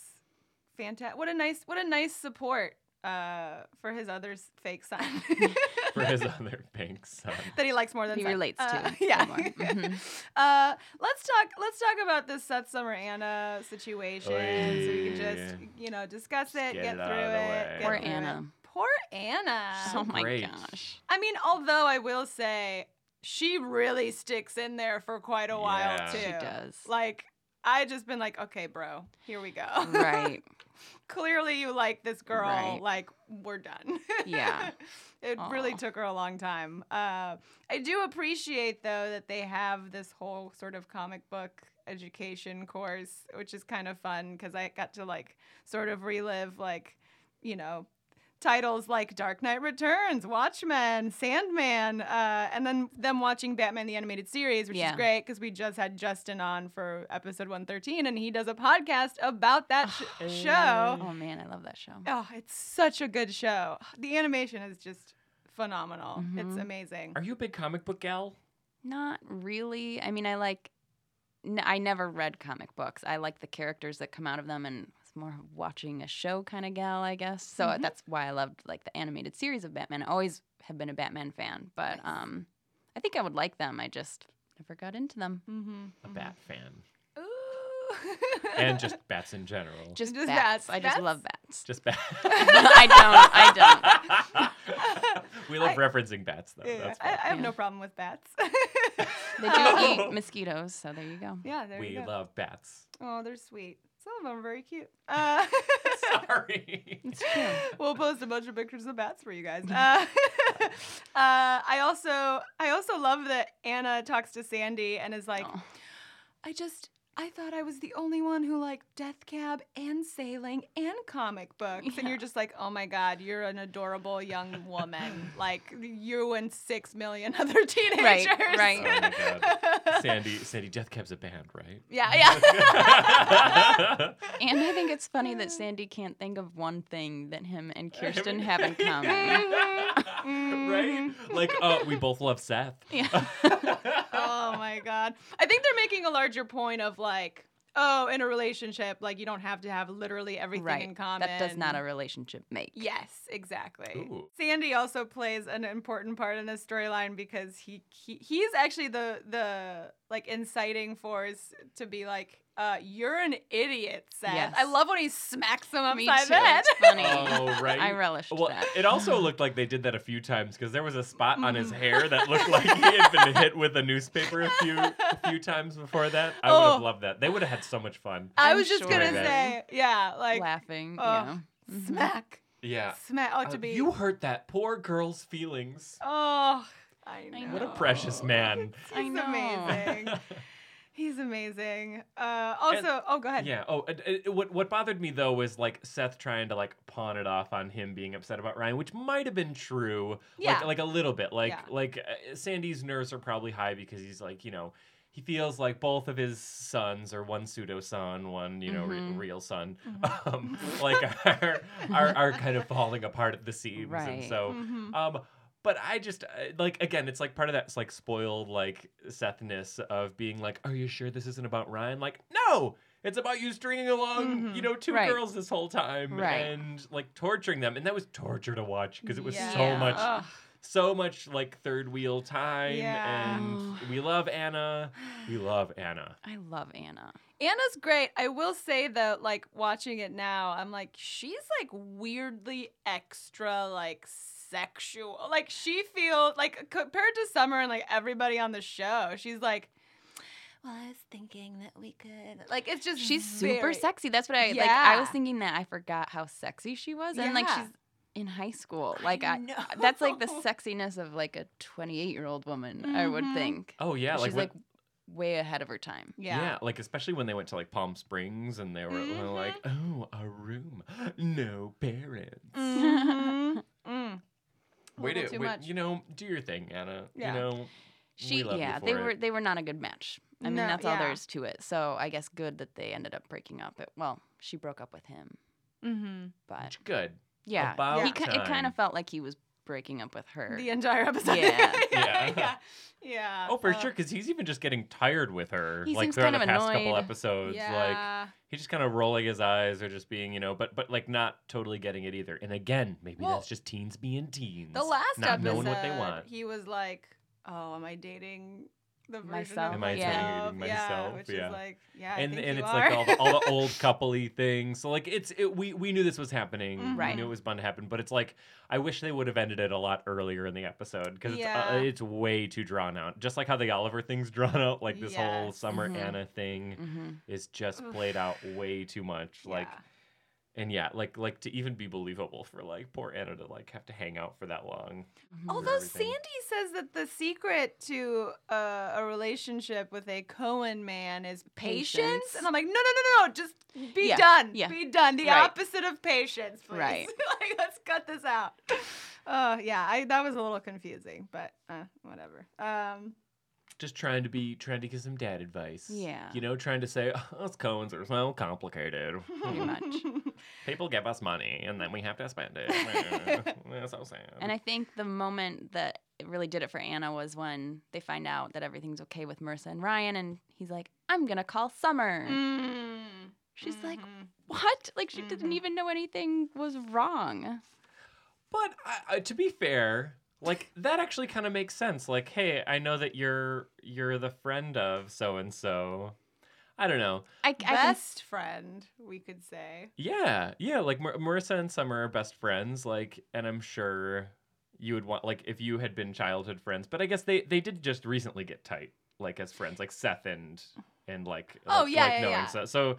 fantastic. What a nice, what a nice support uh, for his other s- fake son
for his other pink son.
that he likes more than
He
son.
relates
Uh,
to
yeah.
more. Mhm.
uh, let's talk. Let's talk about this Seth Summer Anna situation, so we can
Oy.
just you know discuss it,
get
get,
it
through
out of the
it.
way.
get
Poor
through it.
Anna.
Poor Anna.
Oh my
Great.
gosh.
I mean, although I will say she really sticks in there for quite a while
Yeah.
too.
She
She does.
Like I just been like, okay, bro, here we go.
right.
clearly you like this girl.
Right.
Like, we're done.
Yeah.
it really
Aw.
took her a long time. Uh, I do appreciate, though, that they have this whole sort of comic book education course, which is kind of fun because I got to, like, sort of relive, like, you know, titles like Dark Knight Returns, Watchmen, Sandman, uh, and then them watching Batman the Animated Series, which
Yeah.
is great because we just had Justin on for episode 113, and he does a podcast about that sh- show.
Oh man, I love that show.
Oh, it's such a good show. The animation is just phenomenal. It's
Mhm.
amazing.
Are you a big comic book gal?
Not really. I mean, I like. N- I never read comic books. I like the characters that come out of them, and it's more of watching a show kind of gal, I guess. So uh,
Mhm.
that's why I loved like the animated series of Batman. I always have been a Batman fan, but
Nice.
um, I think I would like them. I just never got into them.
Mm-hmm.
A bat fan.
Ooh.
And just bats in general.
Just,
Just
bats.
bats.
I just
Bats?
love bats.
Just bats.
I don't. I don't.
we love
I-
referencing bats though.
Yeah,
Oh, That's
I, I
fun.
have
Yeah.
no problem with bats.
They
Oh.
do eat mosquitoes, so there you go.
yeah, there
we
you go.
love bats.
oh, they're sweet. Some of them are very cute. Uh,
Sorry.
It's true.
we'll post a bunch of pictures of bats for you guys. Uh, uh, I also I also love that Anna talks to Sandy and is like,
Oh.
I just I thought I was the only one who liked Death Cab and sailing and comic books. And you're just like, oh my God, you're an adorable young woman. like you and six million other teenagers.
Oh
right.
my god. Sandy, Sandy, Death Cab's a band, right?
Yeah, yeah.
And I think it's funny that Sandy can't think of one thing that him and Kirsten have in common.
Mm-hmm.
right? Like, uh, we both love Seth.
oh my God. I think they're making a larger point of like, oh, in a relationship, like you don't have to have literally everything
right.
in common.
That does not a relationship make.
Yes, exactly.
Ooh.
Sandy also plays an important part in this storyline because he, he he's actually the the like inciting force to be like, uh, you're an idiot, Seth.
Yes.
I love when he smacks him upside
Me
the
too.
head.
It's funny.
Oh, right.
I relished
Well,
that.
it also looked like they did that a few times because there was a spot on
Mm-hmm.
his hair that looked like he had been hit with a newspaper a few a few times before that. I would have
Oh.
loved that. They would have had so much fun.
I
I'm
was just
sure Mm-hmm.
gonna
that-
say, yeah, like
Laughing.
oh,
yeah.
smack,
Yeah. Uh,
smack. Oh, to be
you hurt that poor girl's feelings.
Oh, I know.
know.
What a precious man.
I
He's
know.
amazing. He's amazing. Uh, also, oh, go ahead.
Yeah. Oh, and- and what what bothered me though was like Seth trying to like pawn it off on him being upset about Ryan, which might have been true.
Yeah.
Like like a little bit. Like
Yeah.
like uh, Sandy's nerves are probably high because he's like you know he feels like both of his sons or one pseudo son, one you know re-
Mhm.
real son,
Mm-hmm.
um, like are, are are kind of falling apart at the seams, and
Right.
so.
Mhm.
Um, but I just uh, like again, it's like part of that like spoiled like Sethness of being like, "Are you sure this isn't about Ryan?" Like, no, it's about you stringing along, you know, two
Mm-hmm. Right.
girls this whole time
Right.
and like torturing them, and that was torture to watch because it was so
Yeah.
much,
Ugh.
so much like third wheel time,
Yeah.
and we love Anna, we love Anna.
I love Anna.
Anna's great. I will say though, like watching it now, I'm like, she's like weirdly extra, like sexual. Like she feels like compared to Summer and like everybody on the show, she's like, well, I was thinking that we could. Like it's just
She's super
very-
sexy. That's what I like. I was
Yeah.
thinking that I forgot how sexy she was, and like
Yeah.
she's in high school. Like I,
know.
that's like the sexiness of like a 28 year old woman. I would
Mhm.
think.
Oh yeah,
She's
like
like
what-
way ahead of her time.
Yeah.
Yeah.
like especially when they went to like Palm Springs and they were
Mhm.
like,
Mm-hmm.
"Oh, a room, no parents."
Mm,
Mhm. Mm. A
Way
little
to,
too
way-
much.
you know, do your thing, Anna.
Yeah.
You know,
She,
we love you
yeah,
for
they
it.
were they were not a good match. I mean,
No,
that's all
yeah.
there is to it. So I guess good that they ended up breaking up. It, well, she broke up with him,
Mhm.
but
good.
yeah,
About
he ki- it
time.
kind of felt like he was breaking up with her.
The entire episode.
Yeah.
Yeah.
yeah. Yeah. Yeah.
Oh, for
Uh,
sure, because he's even just getting tired with her.
He
like
seems
throughout
kind
the
of
past couple
annoyed.
episodes, like
Yeah.
he's just kind of rolling his eyes or just being, you know, but but like not totally getting it either. And again, maybe
Well,
that's just teens being teens,
The last
not
episode,
knowing what they want.
he was like, "Oh, am I dating the version
Myself.
of
Am
I
myself?
dating
Yeah,
myself?
which
Yeah.
is like, yeah, I
and
think
and
you
it's
are.
like all the, all the old coupley things. So like it's it, we we knew this was happening.
Mm-hmm.
We
Right.
knew it was bound to happen. But it's like I wish they would have ended it a lot earlier in the episode because
Yeah.
it's, uh, it's way too drawn out. Just like how the Oliver thing's drawn out. Like this whole
Yes.
summer
Mhm.
Anna thing
hmm
is just
Oof.
played out way too much. Like
Yeah.
and yeah, like like to even be believable for like poor Anna to like have to hang out for that long.
Mm-hmm.
Although
everything.
Sandy says that the secret to uh, a relationship with a Cohen man is patience,
Patience.
and I'm like, no, no, no, no, no, just be
Yeah,
done,
yeah.
be done. The
Right.
opposite of patience, please.
Right.
like, let's cut this out. Uh, yeah, I, that was a little confusing, but uh, whatever. Um,
Just trying to be trying to give some dad advice.
Yeah.
You know, trying to say, oh, us Coens are so complicated. Hmm.
pretty much.
People give us money and then we have to spend it. That's so sad.
And I think the moment that it really did it for Anna was when they find out that everything's okay with Marissa and Ryan, and he's like, "I'm gonna call Summer."
mm,
She's like,
mhm.
"What?" Like she
Mm-hmm.
didn't even know anything was wrong.
but I, I, to be fair, like that actually kind of makes sense. Like, hey, I know that you're you're the friend of so and so. I don't know.
I, I can,
best friend, we could say.
Yeah, yeah. Like Mar- Marissa and Summer are best friends. Like, and I'm sure you would want like if you had been childhood friends. But I guess they they did just recently get tight, like as friends, like Seth and and like
Oh,
like,
yeah,
like
yeah,
knowing
yeah.
So, so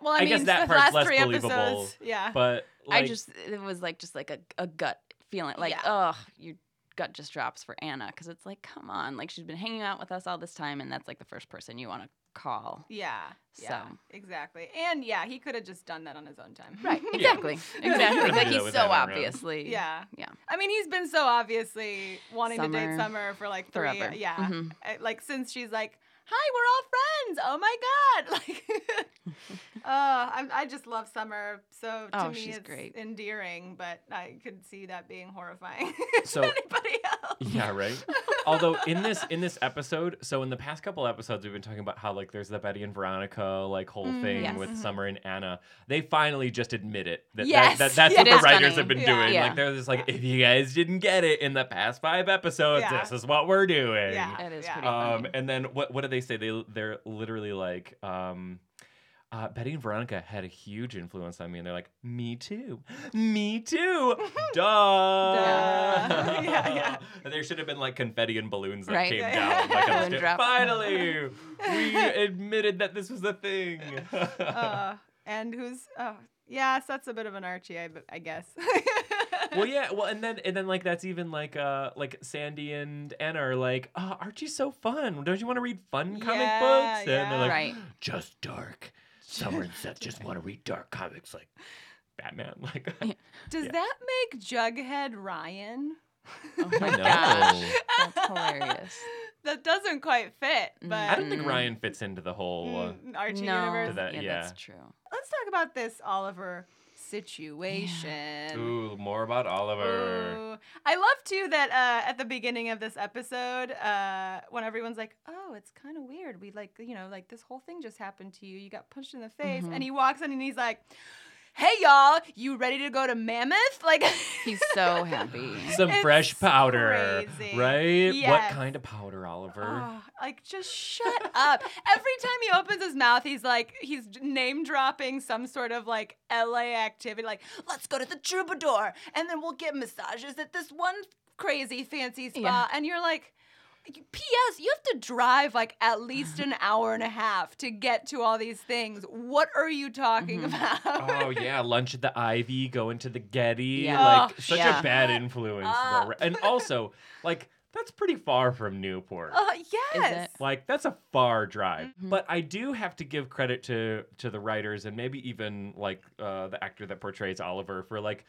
Well, I,
I
mean,
guess that
the
part's
last
less
three
believable,
episodes, yeah.
but like,
I just it was like just like a, a gut feeling, like,
Yeah.
"Oh, you're gut just drops for Anna because it's like, come on, like she's been hanging out with us all this time, and that's like the first person you want to call.
Yeah. Yeah.
So.
Exactly. And yeah, he could have just done that on his own time.
Right. Exactly. Exactly.
do
like
that
he's
with
so
Anna, right?
obviously.
Yeah.
Yeah.
I mean, he's been so obviously wanting to
Summer.
date Summer for like three,
Forever.
yeah,
Mhm.
I- like since she's like, "Hi, we're all friends." Oh my god! Like, uh, I, I just love Summer. So to
Oh,
me,
she's
it's
great.
endearing, but I could see that being horrifying
So-
to anybody else.
Yeah, right. Although in this in this episode, so in the past couple episodes, we've been talking about how like there's the Betty and Veronica like whole thing
yes.
with Summer and Anna. They finally just admit it. That, that-
Yes.
that, that's
It
what the
is
writers
funny.
have been
Yeah.
doing.
Yeah.
Like they're just like, if you guys didn't get it in the past five episodes,
Yeah.
this is what we're doing.
Yeah.
It is
Yeah.
pretty
Um,
funny.
and then what what do they say? They they're literally like. Um, uh, Betty and Veronica had a huge influence on me, and they're like, "Me too, me too, duh."
Duh. Yeah, yeah.
And There should have been like confetti and balloons that
Right.
came
Yeah.
down. Like, on the
Balloon
sta-
drop.
Finally, we admitted that this was a thing.
Uh, and who's? Oh, yes, that's a bit of an Archie, I, I guess.
well, yeah. Well, and then and then like that's even like uh like Sandy and Anna are like, oh, Archie's so fun. Don't you want to read fun comic
Yeah,
books? And
yeah.
they're like,
right.
just dark. Summer and Seth just want to read dark comics like Batman. Like,
Does
Yeah.
that make Jughead Ryan?
Oh my
no.
gosh. That's hilarious.
that doesn't quite fit, but
I don't think
Mm.
Ryan fits into the whole. Uh,
Um, Mm, Archie
no.
universe.
That-
yeah,
yeah.
that's true.
Let's talk about this Oliver situation.
Ooh, more about Oliver.
Ooh. I love too that uh, at the beginning of this episode, uh, when everyone's like, "Oh, it's kind of weird. We like, you know, like this whole thing just happened to you. You got punched in the face."
Mhm.
And he walks in and he's like, "Hey, y'all, you ready to go to Mammoth?" Like,
He's so happy.
Some
It's
fresh powder,
crazy.
right? What
Yes.
kind of powder, Oliver?
Oh, like just shut up. Every time he opens his mouth, he's like he's name dropping some sort of like LA activity, like let's go to the Troubadour and then we'll get massages at this one crazy fancy spa.
Yeah.
And you're like, P.S. You have to drive like at least an hour and a half to get to all these things. What are you talking
Mhm.
about?
Oh yeah, lunch at the Ivy, going to the Getty,
Yeah.
like
Oh, Uh.
such
yeah.
a bad influence.
Up.
Laura. And also, like that's pretty far from Newport.
Uh, yes.
Like that's a far drive.
Mhm.
But I do have to give credit to to the writers and maybe even like uh, the actor that portrays Oliver for like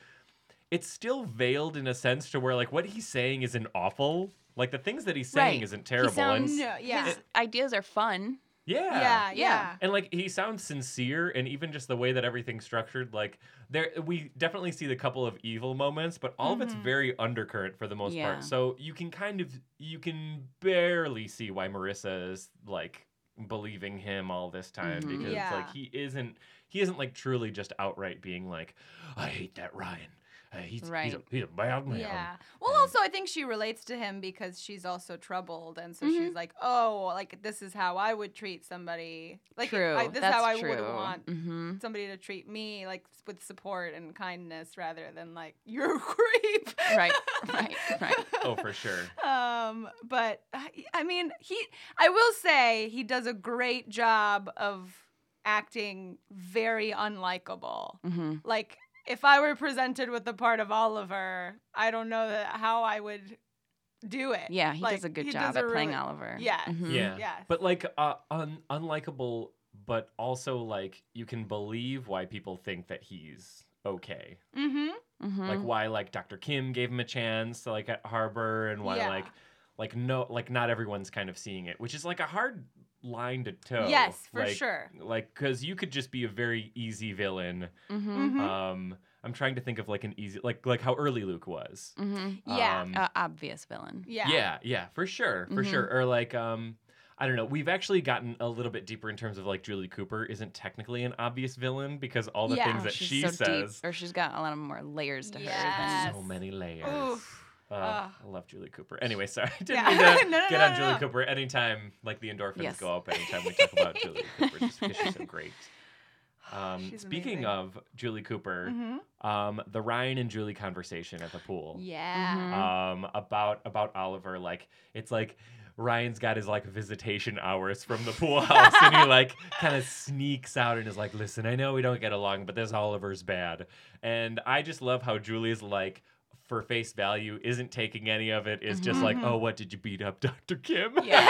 it's still veiled in a sense to where like what he's saying isn't awful. Like the things that he's saying
Right.
isn't terrible.
sounds-
and,
No, yeah.
His ideas are fun.
yeah.
yeah, yeah,
yeah.
And like he sounds sincere, and even just the way that everything's structured, like there we definitely see the couple of evil moments, but all of it's
Mhm.
very undercurrent for the most
Yeah.
part. So you can kind of you can barely see why Marissa is like believing him all this time
Mhm.
because
Yeah.
like he isn't he isn't like truly just outright being like I hate that Ryan. Uh, he's, he's, a,
Right.
he's a bad man.
Yeah. Well,
And-
also, I think she relates to him because she's also troubled, and so
Mm-hmm.
she's like, "Oh, like this is how I would treat somebody. Like
true.
I, this is
that's
how I
true.
would want
Mm-hmm.
somebody to treat me, like s- with support and kindness, rather than like you're a creep."
Right, right, right.
Oh, for sure.
Um, but I- I mean, he. I will say he does a great job of acting very unlikable
Mm-hmm.
like if I were presented with the part of Oliver, I don't know that, how I would do it.
Yeah, he
Like,
does a good
he
job
does
at
a
playing
really-
Oliver.
Yes.
Mm-hmm.
Mhm.
Yeah.
Yes.
But like uh, un- unlikable, but also like you can believe why people think that he's okay.
Mm-hmm.
Mhm.
Like why like Dr. Kim gave him a chance like at Harbor and why
Yeah.
like like no like not everyone's kind of seeing it, which is like a hard line to toe.
Yes, for
Oh, Like-
sure.
Like cuz you could just be a very easy villain.
Mhm.
Mm-hmm.
Um I'm trying to think of like an easy like like how early Luke was.
Mm-hmm.
Mhm.
yeah.
Um,
A obvious villain.
yeah. Mm-hmm.
yeah yeah for sure for
Mhm.
sure or like um i don't know we've actually gotten a little bit deeper in terms of like julie cooper isn't technically an obvious villain because all the
Yeah.
things
Oh,
that
she's
she
so
says
deep, or she's got a lot of more layers to her.
Yes.
so many layers
Oof.
Uh,
Ugh.
I love Julie Cooper. Anyway, sorry. I didn't
Yeah.
mean to
No, no,
get
no,
on
no,
Julie
no.
Cooper anytime like the endorphins
Yes.
go up anytime we talk about Julie Cooper just because she's so great. Um,
She's
speaking
amazing.
of Julie Cooper,
Mhm.
um, the Ryan and Julie conversation at the pool.
Yeah.
Mhm.
um, about about Oliver. Like it's like Ryan's got his like visitation hours from the pool house, and he like kind of sneaks out and is like, "Listen, I know we don't get along, but this Oliver's bad." And I just love how Julie's like. for face value, isn't taking any of it, is just like, oh, what did you beat up, Dr. Kim?
Yeah.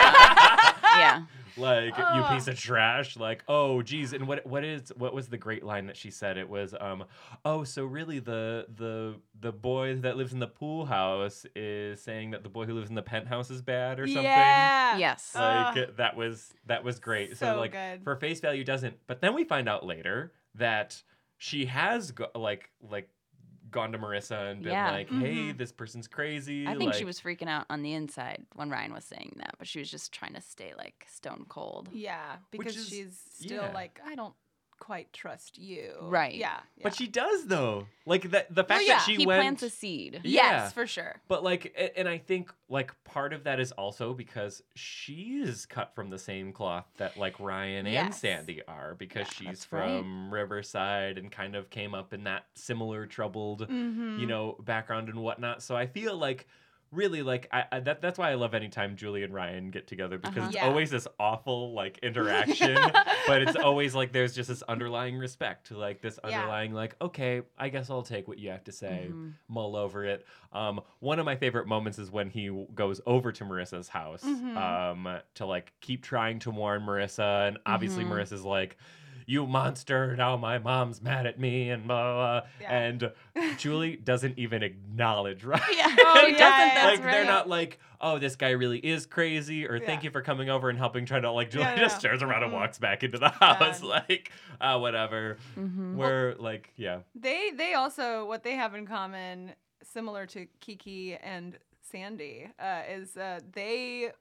yeah.
like
Ugh.
you piece of trash like oh geez and what what is what was the great line that she said it was um oh so really the the the boy that lives in the pool house is saying that the boy who lives in the penthouse is bad or something
Yeah. Uh,
Yes.
like uh,
Ugh.
that was that was great so,
So
like
good.
for face value doesn't but then we find out later that she has go- like like gone to marissa and been
Yeah.
like hey
Mm-hmm.
this person's crazy
I think she
like-
was freaking out on the inside when Ryan was saying that, but she was just trying to stay like stone cold.
Yeah, because
is-
she's still
yeah.
like, I don't quite trust you.
Right.
Yeah. yeah.
but she does though like that the fact
yeah,
that she
he
went
plants a seed.
Yeah.
Yes, for sure.
But like, a- and I think like part of that is also because she is cut from the same cloth that like Ryan and
Yes.
Sandy are, because she's
that's right.
from Riverside and kind of came up in that similar troubled,
Mm-hmm.
you know, background and whatnot. So I feel like really like I, I that that's why I love anytime Julie and Ryan get together because
Uh-huh.
it's
Yeah.
always this awful like interaction, but it's always like there's just this underlying respect, like this
Yeah.
underlying like okay, I guess I'll take what you have to say
Mhm.
mull over it. Um, one of my favorite moments is when he w- goes over to Marissa's house
Mhm.
um, to like keep trying to warn Marissa, and obviously
Mm-hmm.
Mhm.
Marissa's like, "You monster! Now my mom's mad at me," and blah blah. blah.
Yeah.
And Julie doesn't even acknowledge right.
Yeah.
Oh,
he doesn't.
yeah, yeah,
That's
like
right.
they're not like, "Oh, this guy really is crazy," or "Thank
Yeah.
you for coming over and helping." Try to like Julie
Yeah,
just
yeah.
turns around and
Mhm.
walks back into the house,
Done. Mm-hmm.
like, uh, whatever.
Mhm.
We're like, yeah,
They they also what they have in common, similar to Kiki and Sandy, uh, is uh, they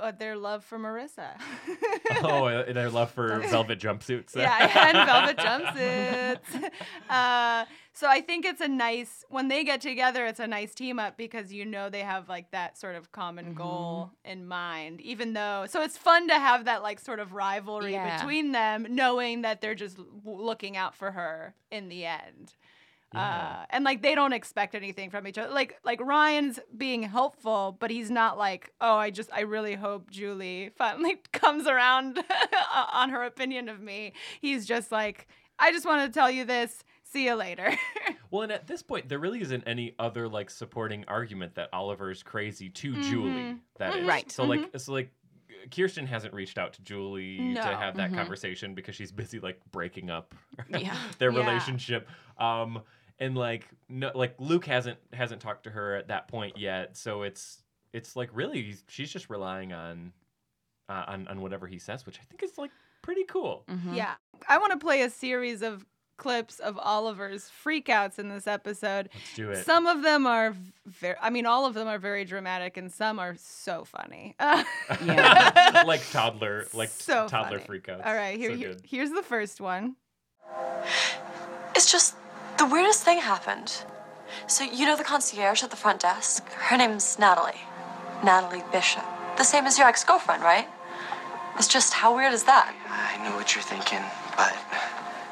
uh, their love for Marissa.
oh, and their love for velvet jumpsuits.
Yeah, and velvet jumpsuits. Uh, so I think it's a nice when they get together, it's a nice team up because you know they have like that sort of common goal in mind. Even though, so it's fun to have that like sort of rivalry
Yeah.
between them, knowing that they're just w- looking out for her in the end.
Yeah.
Uh, and like they don't expect anything from each other. Like like Ryan's being helpful, but he's not like, oh, I just I really hope Julie finally comes around on her opinion of me. He's just like, I just want to tell you this. See you later.
Well, and at this point, there really isn't any other like supporting argument that Oliver's crazy to
Mhm.
Julie. That is
Right.
So like, so like, Kirsten hasn't reached out to Julie
Mm-hmm. No. Mm-hmm.
to have that
Mhm.
conversation because she's busy like breaking up
Yeah.
their
Yeah.
relationship. Um, and like, no, like Luke hasn't hasn't talked to her at that point yet. So it's it's like really she's just relying on uh, on on whatever he says, which I think is like pretty cool.
Mhm.
yeah, I want to play a series of clips of Oliver's freakouts in this episode.
Let's do it.
Some of them are very, I mean, all of them are very dramatic, and some are so funny.
Yeah.
like toddler, like t-
So
toddler
funny.
freakouts.
All right, here,
so
here
good.
here's the first one.
It's just the weirdest thing happened. So, you know the concierge at the front desk? Her name's Natalie. Natalie Bishop. The same as your ex girlfriend, right? It's just how weird is that?
I know what you're thinking, but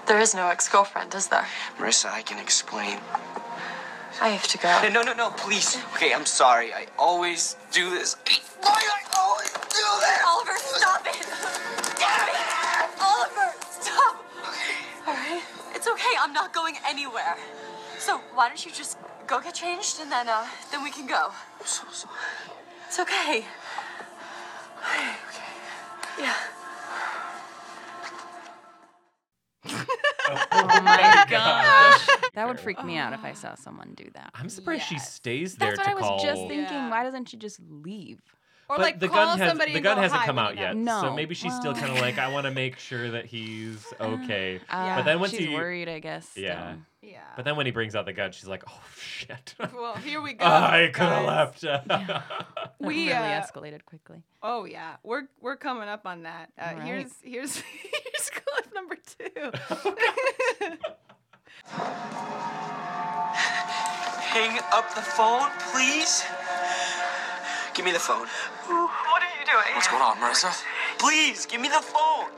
There is no ex girlfriend, is there?
Marissa, I can explain.
I have to go.
No, no, no, please. Okay, I'm sorry. I always do this. Why do I always do this?
Oliver, stop it! Stop it! Oliver, stop! Alright? It's okay, I'm not going anywhere. So, why don't you just go get changed and then, uh, then we can go?
I'm so sorry.
It's okay. Yeah.
Oh my gosh. That
Fair.
would freak me out if I saw someone do that.
I'm surprised she
Yes.
stays there
Ah. That's what
to
I was
call.
just thinking.
Yeah.
Why doesn't she just leave?
Or
but
like
the
call
gun has
somebody.
the
and
gun
go,
hasn't
"Hi,
come
we
out
need
yet,
help."
so
No,
maybe she's still
well-
kind of like, I want to make sure that he's okay.
Uh,
but then once
she's
he,
worried, I guess.
yeah.
still.
Yeah.
But then when he brings out the gun, she's like, Oh shit,
well, here we go.
Ah, I could have
guys.
left.
That
We,
really
uh,
escalated quickly.
Oh yeah, we're we're coming up on that. Uh,
Right.
Here's here's here's clip number two.
Oh,
Hang up the phone, please. Give me the phone.
What are you doing?
What's going on, Marissa? Please, give me the phone.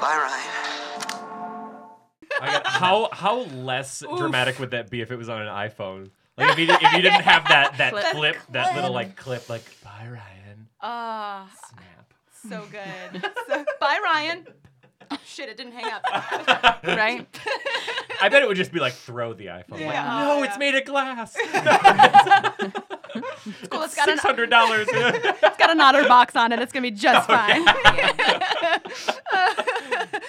Bye, Ryan.
I got, how how less dramatic would that be if it was on an iPhone? Like if you, did- if you didn't have that that
Flip.
flip, that little like clip, like bye Ryan,
Ah,
snap.
so good. So, bye Ryan. Shit, it didn't hang up.
right?
I bet it would just be like throw the iPhone.
Yeah.
Like, no,
Yeah.
it's made of glass.
cool. It's got, an,
Six hundred dollars.
it's got an otter box on it. It's gonna be just fine.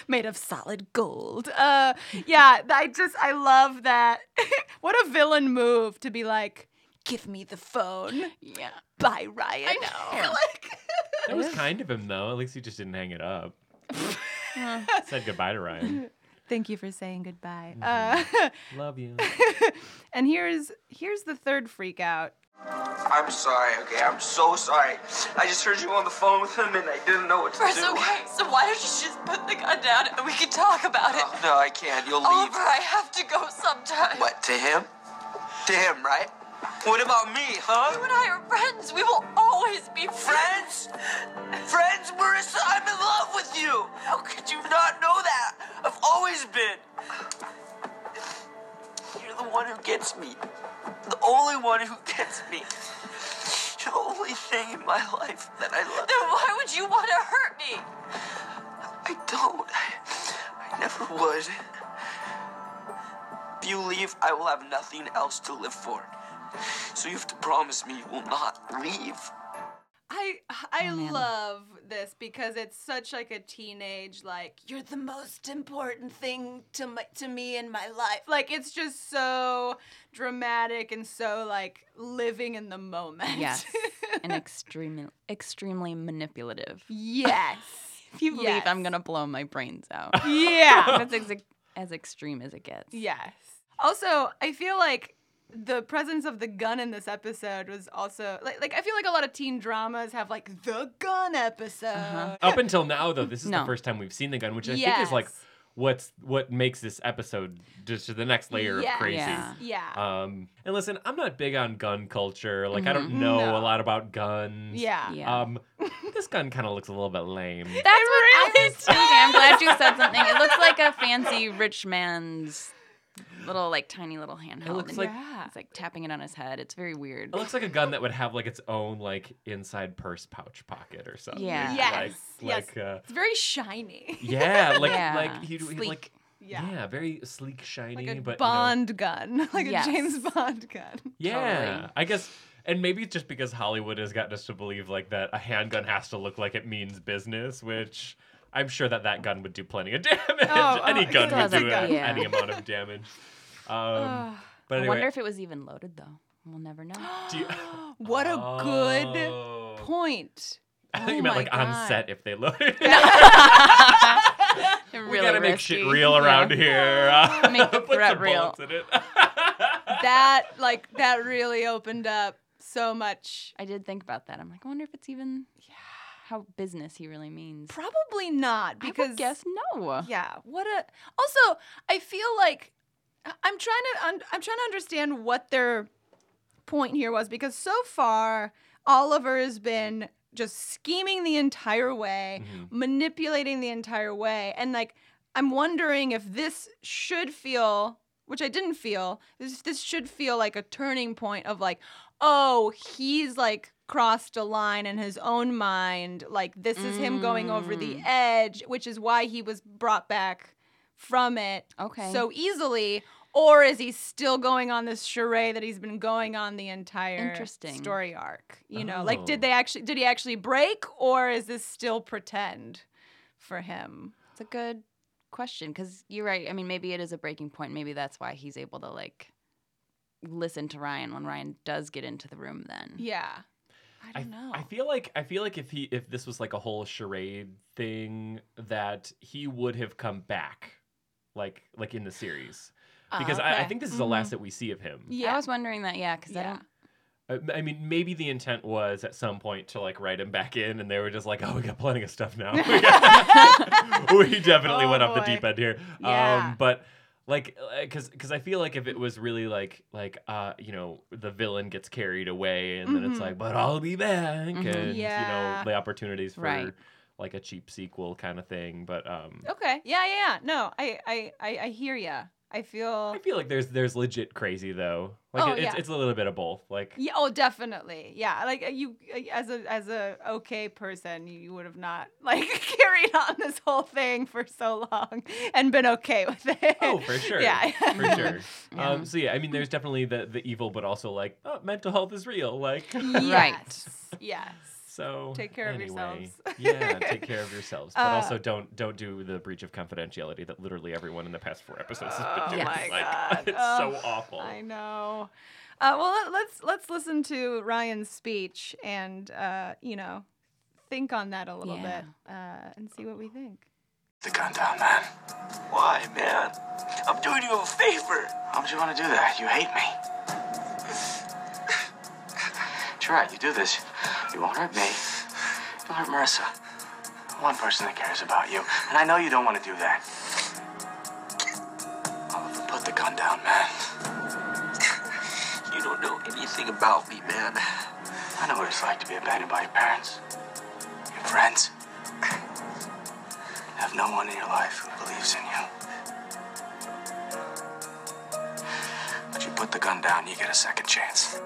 Made of solid gold. Uh, yeah, th- I just I love that. what a villain move to be like, give me the phone.
Yeah.
Bye, Ryan. I know. like,
That was kind of him though. At least he just didn't hang it up. Said goodbye to Ryan.
thank you for saying goodbye. Uh,
Love you.
and here's here's the third freak out.
I'm sorry, okay? I'm so sorry. I just heard you on the phone with him and I didn't know what to
It's
do.
okay. So why don't you just put the gun down and we can talk about it?
Oh, no, I can't. You'll leave.
Oliver, I have to go sometime.
What, to him? To him, right? What about
You
me, huh?
and I are friends. We will always be friends.
Friends? Friends, Marissa, I'm in love with you! How could you not know that? I've always been. You're the one who gets me. The only one who gets me. The only thing in my life that I love.
Then why would you want to hurt me?
I don't. I, I never would. If you leave, I will have nothing else to live for. So you have to promise me you will not leave.
I I
Oh,
love this because it's such like a teenage like you're the most important thing to my, to me in my life. Like it's just so dramatic and so like living in the moment.
Yes. And extremely, extremely manipulative.
yes.
If you leave, I'm
Yes.
going to blow my brains out.
Yeah.
That's ex- as extreme as it gets.
yes. Also, I feel like the presence of the gun in this episode was also like like I feel like a lot of teen dramas have like the gun
Uh-huh.
episode.
Up until now, though, this is the
No.
first time we've seen the gun, which I think is like
Yes.
what's what makes this episode just to the next layer
Yes.
of crazy.
Yeah.
Yeah.
Um, and listen, I'm not big on gun culture. Like, I
Mm-hmm.
don't know a lot about guns.
yeah.
Yeah.
Um, this gun kind of looks a little bit lame.
That's what I was thinking. I'm glad you said something. It looks like a fancy rich man's little, like tiny little handheld.
looks
and
like-
he's, like tapping it on his head. It's very weird.
It looks like a gun that would have like its own like inside purse pouch pocket or something.
Yeah.
Like,
Yes, yes.
like, uh,
It's very shiny.
yeah, like
Yeah.
like he, he
Sleek.
like yeah. very sleek,
Like
shiny,
a
but you know-
Bond gun, like
Yes.
a James Bond gun.
yeah,
Totally.
I guess. And maybe it's just because Hollywood has gotten us to believe like that a handgun has to look like it means business, which I'm sure that that gun would do plenty of damage.
Oh, oh,
any
it
gun would
does a
do
gun.
a-
Yeah. Uh,
any amount of damage. Um, but
I
anyway,
wonder if it was even loaded though. We'll never know.
do you,
What a good
Oh.
point.
I thought
Oh
you meant
my
like
God.
on set if they loaded.
really
we gotta make
risky.
shit real around
yeah.
here. Uh,
Make the
put some
threat real.
bullets in it.
That like that really opened up so much.
I did think about that. I'm like, I wonder if it's even how business he really means.
Probably not
I
because
would guess no.
yeah. What a also I feel like I- I'm trying to un- I'm trying to understand what their point here was because so far Oliver has been just scheming the entire way, manipulating the entire way, and like I'm wondering if this should feel, which I didn't feel, this this should feel like a turning point of like, oh, he's like crossed a line in his own mind, like this is him going over
Mm.
the edge, which is why he was brought back from it
Okay.
so easily or is he still going on this charade that he's been going on the entire
Interesting.
story arc you know
Oh.
like did they actually did he actually break or is this still pretend for him
It's a good question because you're right. I mean, maybe it is a breaking point. Maybe that's why he's able to like listen to Ryan when Ryan does get into the room. Then
yeah
I,
i don't know
I feel like I feel like if he if this was like a whole charade thing that he would have come back, like like in the series, because I, I
okay. Mm-hmm.
think this is the last that we see of him.
yeah
I was wondering that. Yeah, because I
Yeah.
don't.
I, Uh, I mean, maybe the intent was at some point to like write him back in, and they were just like, "Oh, we got plenty of stuff now. We, got- we definitely
Oh,
went off the
boy.
deep end here."
Yeah.
Um, but like, because because I feel like if it was really like like uh you know the villain gets carried away, and then it's
Mhm.
like, "But I'll be back,"
Mhm.
and
Mm-hmm. Yeah.
you know the opportunities for
Right.
like a cheap sequel kind of thing. But um,
okay yeah yeah yeah no i i i, I hear ya I feel.
I feel like there's there's legit crazy though. Like
Oh,
it, it's
yeah.
it's a little bit of both. Like
Yeah, oh, definitely. Yeah, like uh, you, uh, as a as a okay person, you would have not like carried on this whole thing for so long and been okay with it.
Oh, for sure.
Yeah.
for sure. Um, so yeah, I mean, there's definitely the the evil, but also like oh, mental health is real. Like
Yes. Yes.
so.
Take care of
anyway,
yourselves.
yeah, take care of yourselves, but
Uh,
also don't don't do the breach of confidentiality that literally everyone in the past four episodes has been
Oh
doing.
my
like
God.
it's
Ugh,
so awful.
I know. Uh, well, let- let's let's listen to Ryan's speech and uh, you know think on that a little
Yeah.
bit uh, and see what we think.
The gun down, man. Why, man? I'm doing you a favor. How would you want to do that? You hate me. it's right. You do this. You won't hurt me. You'll hurt Marissa. One person that cares about you. And I know you don't want to do that. Oliver, put the gun down, man. you don't know anything about me, man. I know what it's like to be abandoned by your parents, your friends have no one in your life who believes in you. But you put the gun down, you get a second chance.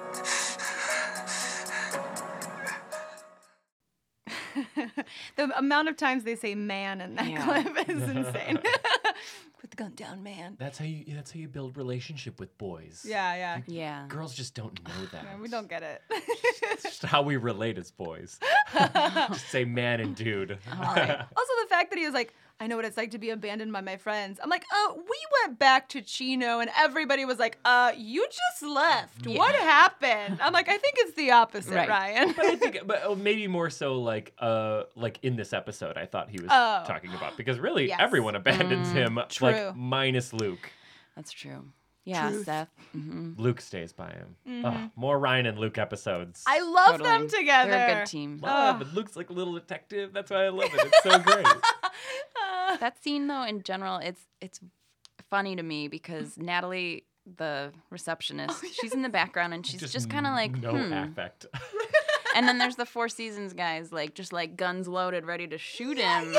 the amount of times they say "man" in that
Yeah.
clip is insane. Put the gun down, man.
That's how you that's how you build relationship with boys.
Yeah, yeah.
Yeah.
Girls just don't know that.
We don't get it.
It's just how we relate as boys. just say man and dude.
Oh, Also, the fact that he was like, I know what it's like to be abandoned by my friends. I'm like, uh, we went back to Chino and everybody was like, uh, you just left. What happened? I'm like, I think it's the opposite,
Right.
Ryan.
but I think, but oh, maybe more so like, uh, like in this episode, I thought he was
Oh.
talking about because really
Yes.
everyone abandons
Mm.
him,
true.
like minus Luke.
That's true. Yeah, Seth. hmm
Luke stays by him. Ugh, more Ryan and Luke episodes.
Mm-hmm. I love them
Totally.
together.
They're a good team.
love, it. Luke's like a little detective. That's why I love it. It's so great.
That scene though in general, it's it's funny to me because
Mm.
Natalie the receptionist, she's in the background and she's just, kind of like
no
hmm.
affect.
And then there's the Four Seasons guys like just like guns loaded ready to shoot him.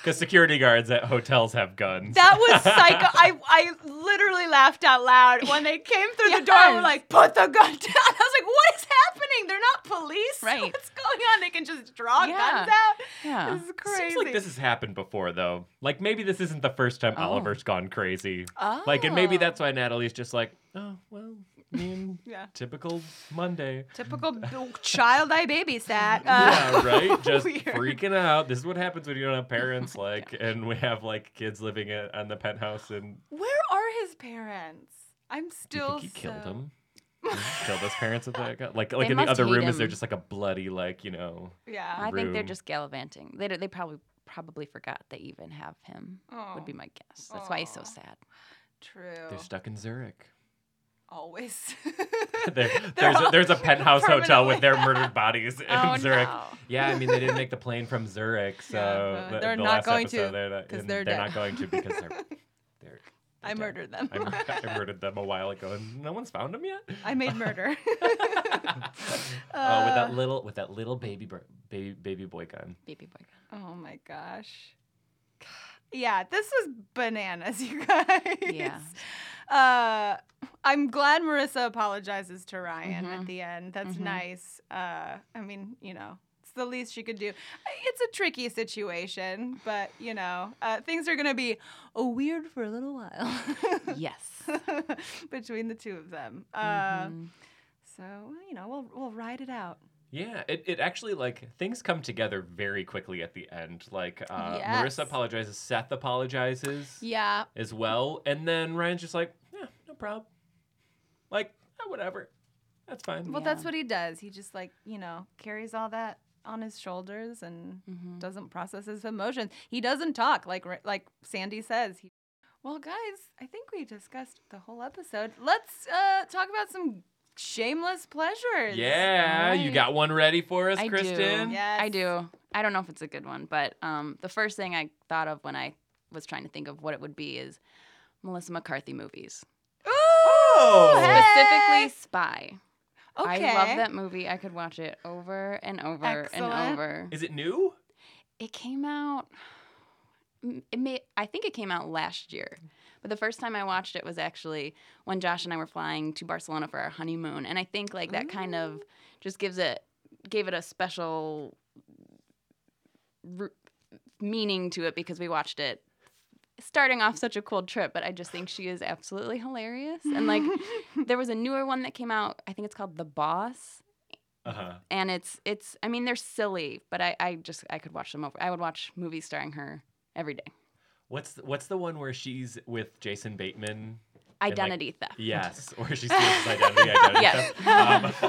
Because security guards at hotels have guns.
That was psycho. I, I literally laughed out loud when they came through the door and were
Yes.
like, put the gun down. I was like, what is happening? They're not police.
Right.
What's going on? They can just draw
Yeah.
guns out.
Yeah.
This is crazy.
Seems like this has happened before, though. Like maybe this isn't the first time Oliver's gone crazy. Like, and maybe
Oh.
that's why Natalie's just like, oh well, I mean,
Yeah.
typical Monday.
Typical b- child I babysat. Uh,
yeah, right. Just
weird. Oh
freaking out. This is what happens when you don't have parents. Like, and we have like kids living at, on the penthouse, and
Where are his parents? I'm
do you
still.
think he
so...
killed him? Did he kill those parents at that guy? Like, like in the
must
other
hate
room, is there
him.
just like a bloody, like you know?
Yeah.
I think they're
room.
just gallivanting. They d- they probably probably forgot they even have him. Would be my guess. That's why he's so sad.
Oh, True.
They're stuck in Zurich.
Always.
There, there's, a,
all
there's a penthouse hotel with
permanently-
their murdered bodies in
Oh,
Zurich.
no.
Yeah, I mean they didn't make the plane from Zurich, so
uh,
the-
they're
the
not
last
going
episode,
to,
They're not,
'cause
and
they're
they're
dead.
not going to because they're they're. they're
I
dead.
murdered them.
I, mur- I murdered them a while ago, and no one's found them yet.
Uh.
I made murder. Uh,
oh, with that little with that little baby bur- baby baby boy gun.
Baby boy.
oh my gosh. Yeah, this was bananas, you guys.
Yeah.
Uh, I'm glad Marissa apologizes to Ryan at the end. That's nice. Uh, I mean, you know, it's the least she could do. I- It's a tricky situation, but you know, uh, things are gonna be uh, weird for a little while
Yes.
between the two of them. Uh, So well, you know, we'll we'll ride it out.
Yeah, it, it actually like things come together very quickly at the end. Like uh,
Yes.
Marissa apologizes, Seth apologizes
Yeah.
as well, and then Ryan's just like, yeah, no problem. Like "Ah, whatever, that's fine.
Well, that's what he does. He just like you know carries all that on his shoulders and
Mm-hmm.
doesn't process his emotions. He doesn't talk like Ra- like Sandy says. He, well, guys, I think we discussed the whole episode. Let's uh, talk about some shameless pleasures.
Yeah, you
Alright.
got one ready for us,
I
Kristen.
do.
Yes.
I do. I don't know if it's a good one, but um, the first thing I thought of when I was trying to think of what it would be is Melissa McCarthy movies,
Oh,
specifically Spy.
Okay.
I love that movie. I could watch it over and over
Excellent.
and over.
is it new?
It came out. m- it may I think it came out last year. But the first time I watched it was actually when Josh and I were flying to Barcelona for our honeymoon, and I think like that kind of just gives it gave it a special r- meaning to it because we watched it starting off such a cool trip but i just think she is absolutely hilarious and like there was a newer one that came out i think it's called the boss
Uh huh.
and it's it's i mean they're silly but i i just i could watch them over i would watch movies starring her every day
What's the, what's the one where she's with Jason Bateman? like-
identity theft
Yes, or she steals his identity. identity
Yes. Oh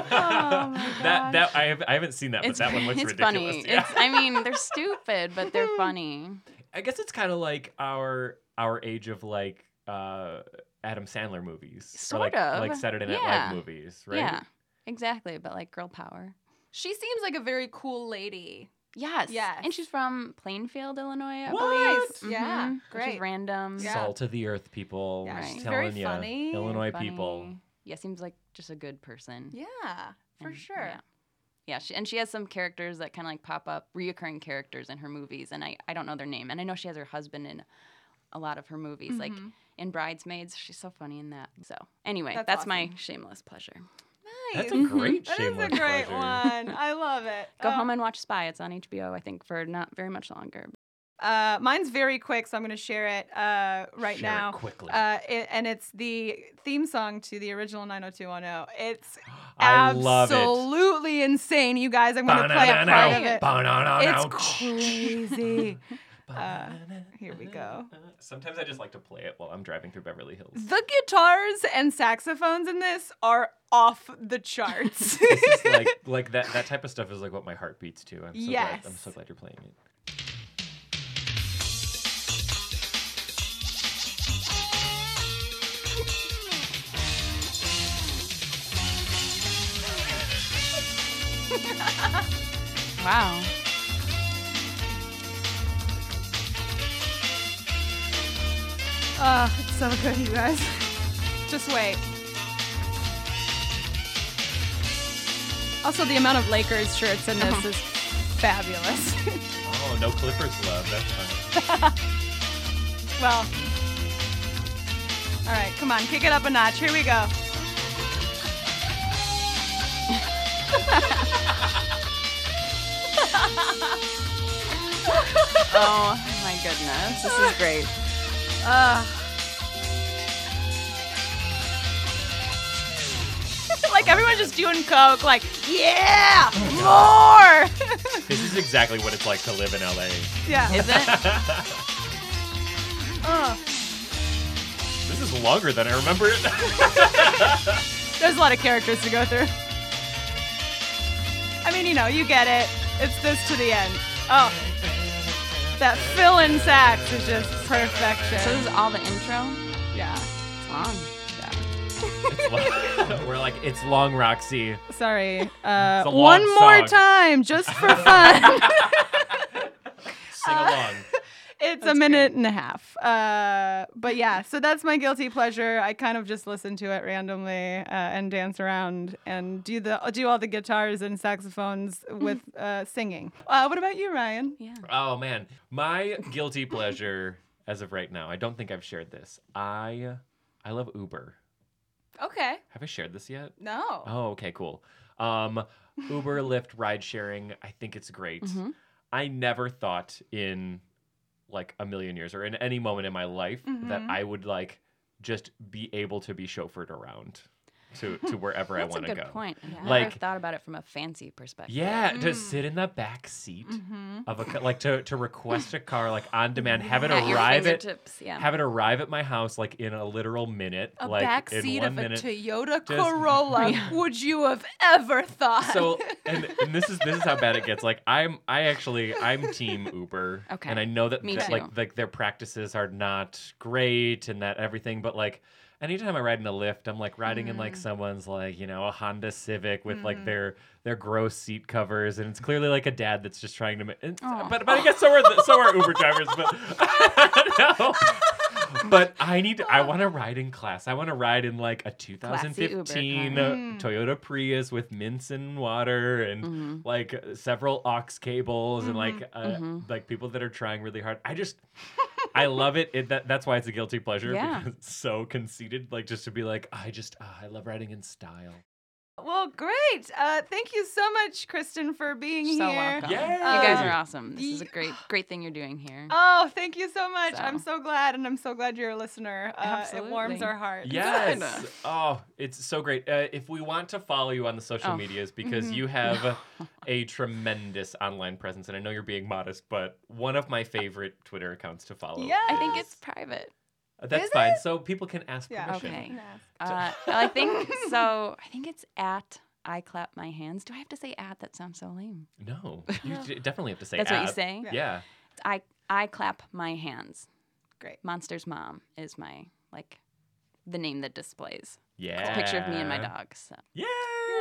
theft. Um, that that I, have, I haven't seen that, but that one looks
it's
ridiculous.
funny
Yeah.
it's i mean they're stupid but they're funny
I guess it's kind of like our our age of like uh, Adam Sandler movies,
Sort
like,
of.
like Saturday Night
Yeah.
Live movies, right?
yeah exactly but like girl power
She seems like a very cool lady.
yes
Yes.
and she's from plainfield illinois i
What?
believe
Nice. Yeah,
Mhm. Which is
great.
random
Yeah.
Salt of the earth people.
Yeah,
We're just
she's very
telling you,
funny,
Illinois
Funny.
people.
yeah seems like just a good person
Yeah, for
And,
sure.
Mm, Yeah. Yeah, she, and she has some characters that kind of like pop up, reoccurring characters in her movies, and I, I don't know their name. And I know she has her husband in a lot of her movies, like in Bridesmaids. She's so funny in that. So, anyway, Mm-hmm. that's,
That's
my shameless pleasure.
Nice.
That's a great
That is
shameless
a great
pleasure.
one. I love it.
Go
Oh.
home and watch Spy. It's on HBO, I think, for not very much longer.
Uh, mine's very quick, so I'm going to share it uh, right
Share it
now.
quickly.
Uh, it, and it's the theme song to the original 90210. It's
I love it.
absolutely insane, you guys. I'm going to play a part of
Ba-na-na-na,
it.
ba-na-na-na.
It's crazy. Uh, here we go.
Sometimes I just like to play it while I'm driving through Beverly Hills.
The guitars and saxophones in this are off the charts.
This is like like that that type of stuff is like what my heart beats to. I'm so glad, I'm
Yes.
so glad you're playing it.
Wow.
oh, it's so good, you guys. Just wait. Also, the amount of Lakers shirts in this is fabulous.
Oh, no Clippers love. That's fine.
well, all right, come on, kick it up a notch. Here we go.
Oh my goodness, this is great.
Uh. Like everyone's just doing coke. Like, yeah,
Oh
more.
This is exactly what it's like to live in LA.
yeah.
Is it?
Ugh.
This is longer than I remember it.
There's a lot of characters to go through. I mean, you know, you get it. It's this to the end. Oh. That fill in sax is just
So
perfection.
this is all the intro.
Yeah.
It's long.
We're like, it's long, Roxy.
Sorry. Uh,
a long
one more
song.
time, just for fun.
Sing along.
it's a minute and a half. Uh, but yeah, so that's my guilty pleasure. I kind of just listen to it randomly uh, and dance around and do the do all the guitars and saxophones
Mm-hmm.
with uh, singing. Uh, what about you, Ryan?
Yeah.
Oh man, my guilty pleasure as of right now. I don't think I've shared this. I I love Uber.
Okay.
Have I shared this yet?
No.
Oh, okay, cool. Um, Uber, Lyft, ride sharing. I think it's great.
Mhm.
I never thought in like a million years or in any moment in my life that
Mhm.
I would like just be able to be chauffeured around to to wherever I
That's a
want to
good
go.
point. I never
Like-
thought about it from a fancy perspective.
Yeah, to sit in the back seat
Mm-hmm.
of a ca- like to to request a car like on demand, have it
At your
arrive at
fingertips. Yeah.
have it arrive at my house like in a literal minute,
a
like
back
in
seat
one
of
minute.
a Toyota
just-
Corolla. Would you have ever thought?
so and, and this is this is how bad it gets. Like I'm I actually I'm team Uber.
Okay.
And I know that,
Me
that,
too.
like like their practices are not great and that everything, but like anytime I ride in a lift, I'm like riding in
Mm.
like someone's like, you know, a Honda Civic with like their their gross seat covers and it's clearly like a dad that's just trying to ma- and-
Aw.
but but I guess so are the, so are Uber drivers, but no. But I need I want to ride in class. I want to ride in like a
Classy Uber
2015
car.
uh, Toyota Prius with mints and water and
Mm-hmm. Mm-hmm.
like several aux cables and like uh, like people that are trying really hard. I just I love it. it that, that's why it's a guilty pleasure
Yeah.
because it's so conceited. Like just to be like, I just ah, I love writing in style.
Well, great. Uh, thank you so much, Kristen, for being
You're so
here.
welcome.
Yeah.
You guys
Um,
are awesome. This is a
y-
great, great thing you're doing here.
Oh, thank you so much.
So.
I'm so glad, and I'm so glad you're a listener. Uh, it warms
Absolutely.
our heart.
Yes. Oh, it's so great. Uh, if we want to follow you on the social
Oh.
medias, because you have a tremendous online presence, and I know you're being modest, but one of my favorite Twitter accounts to follow.
Yeah.
I think
is-
it's private.
that's
Is
fine. So people can ask
Yeah.
permission.
Okay.
Yes.
Uh, I think so. I think it's at I clap my hands. Do I have to say at? That sounds so lame.
No, you d- definitely have to say.
That's what
app.
you say.
Yeah.
Yeah.
It's I I clap my hands.
Great.
Monster's mom is my like the name that displays.
Yeah.
It's a picture of me and my dog. So
Yeah.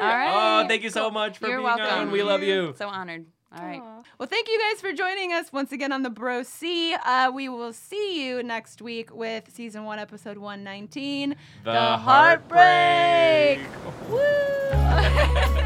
All right.
Oh, thank you so much for
you're
being
welcome.
on. We love you.
So honored. All right.
Aw. Well, thank you guys for joining us once again on the Bro C. Uh, we will see you next week with season one, episode 119.
the
heartbreak.
heartbreak.
Woo!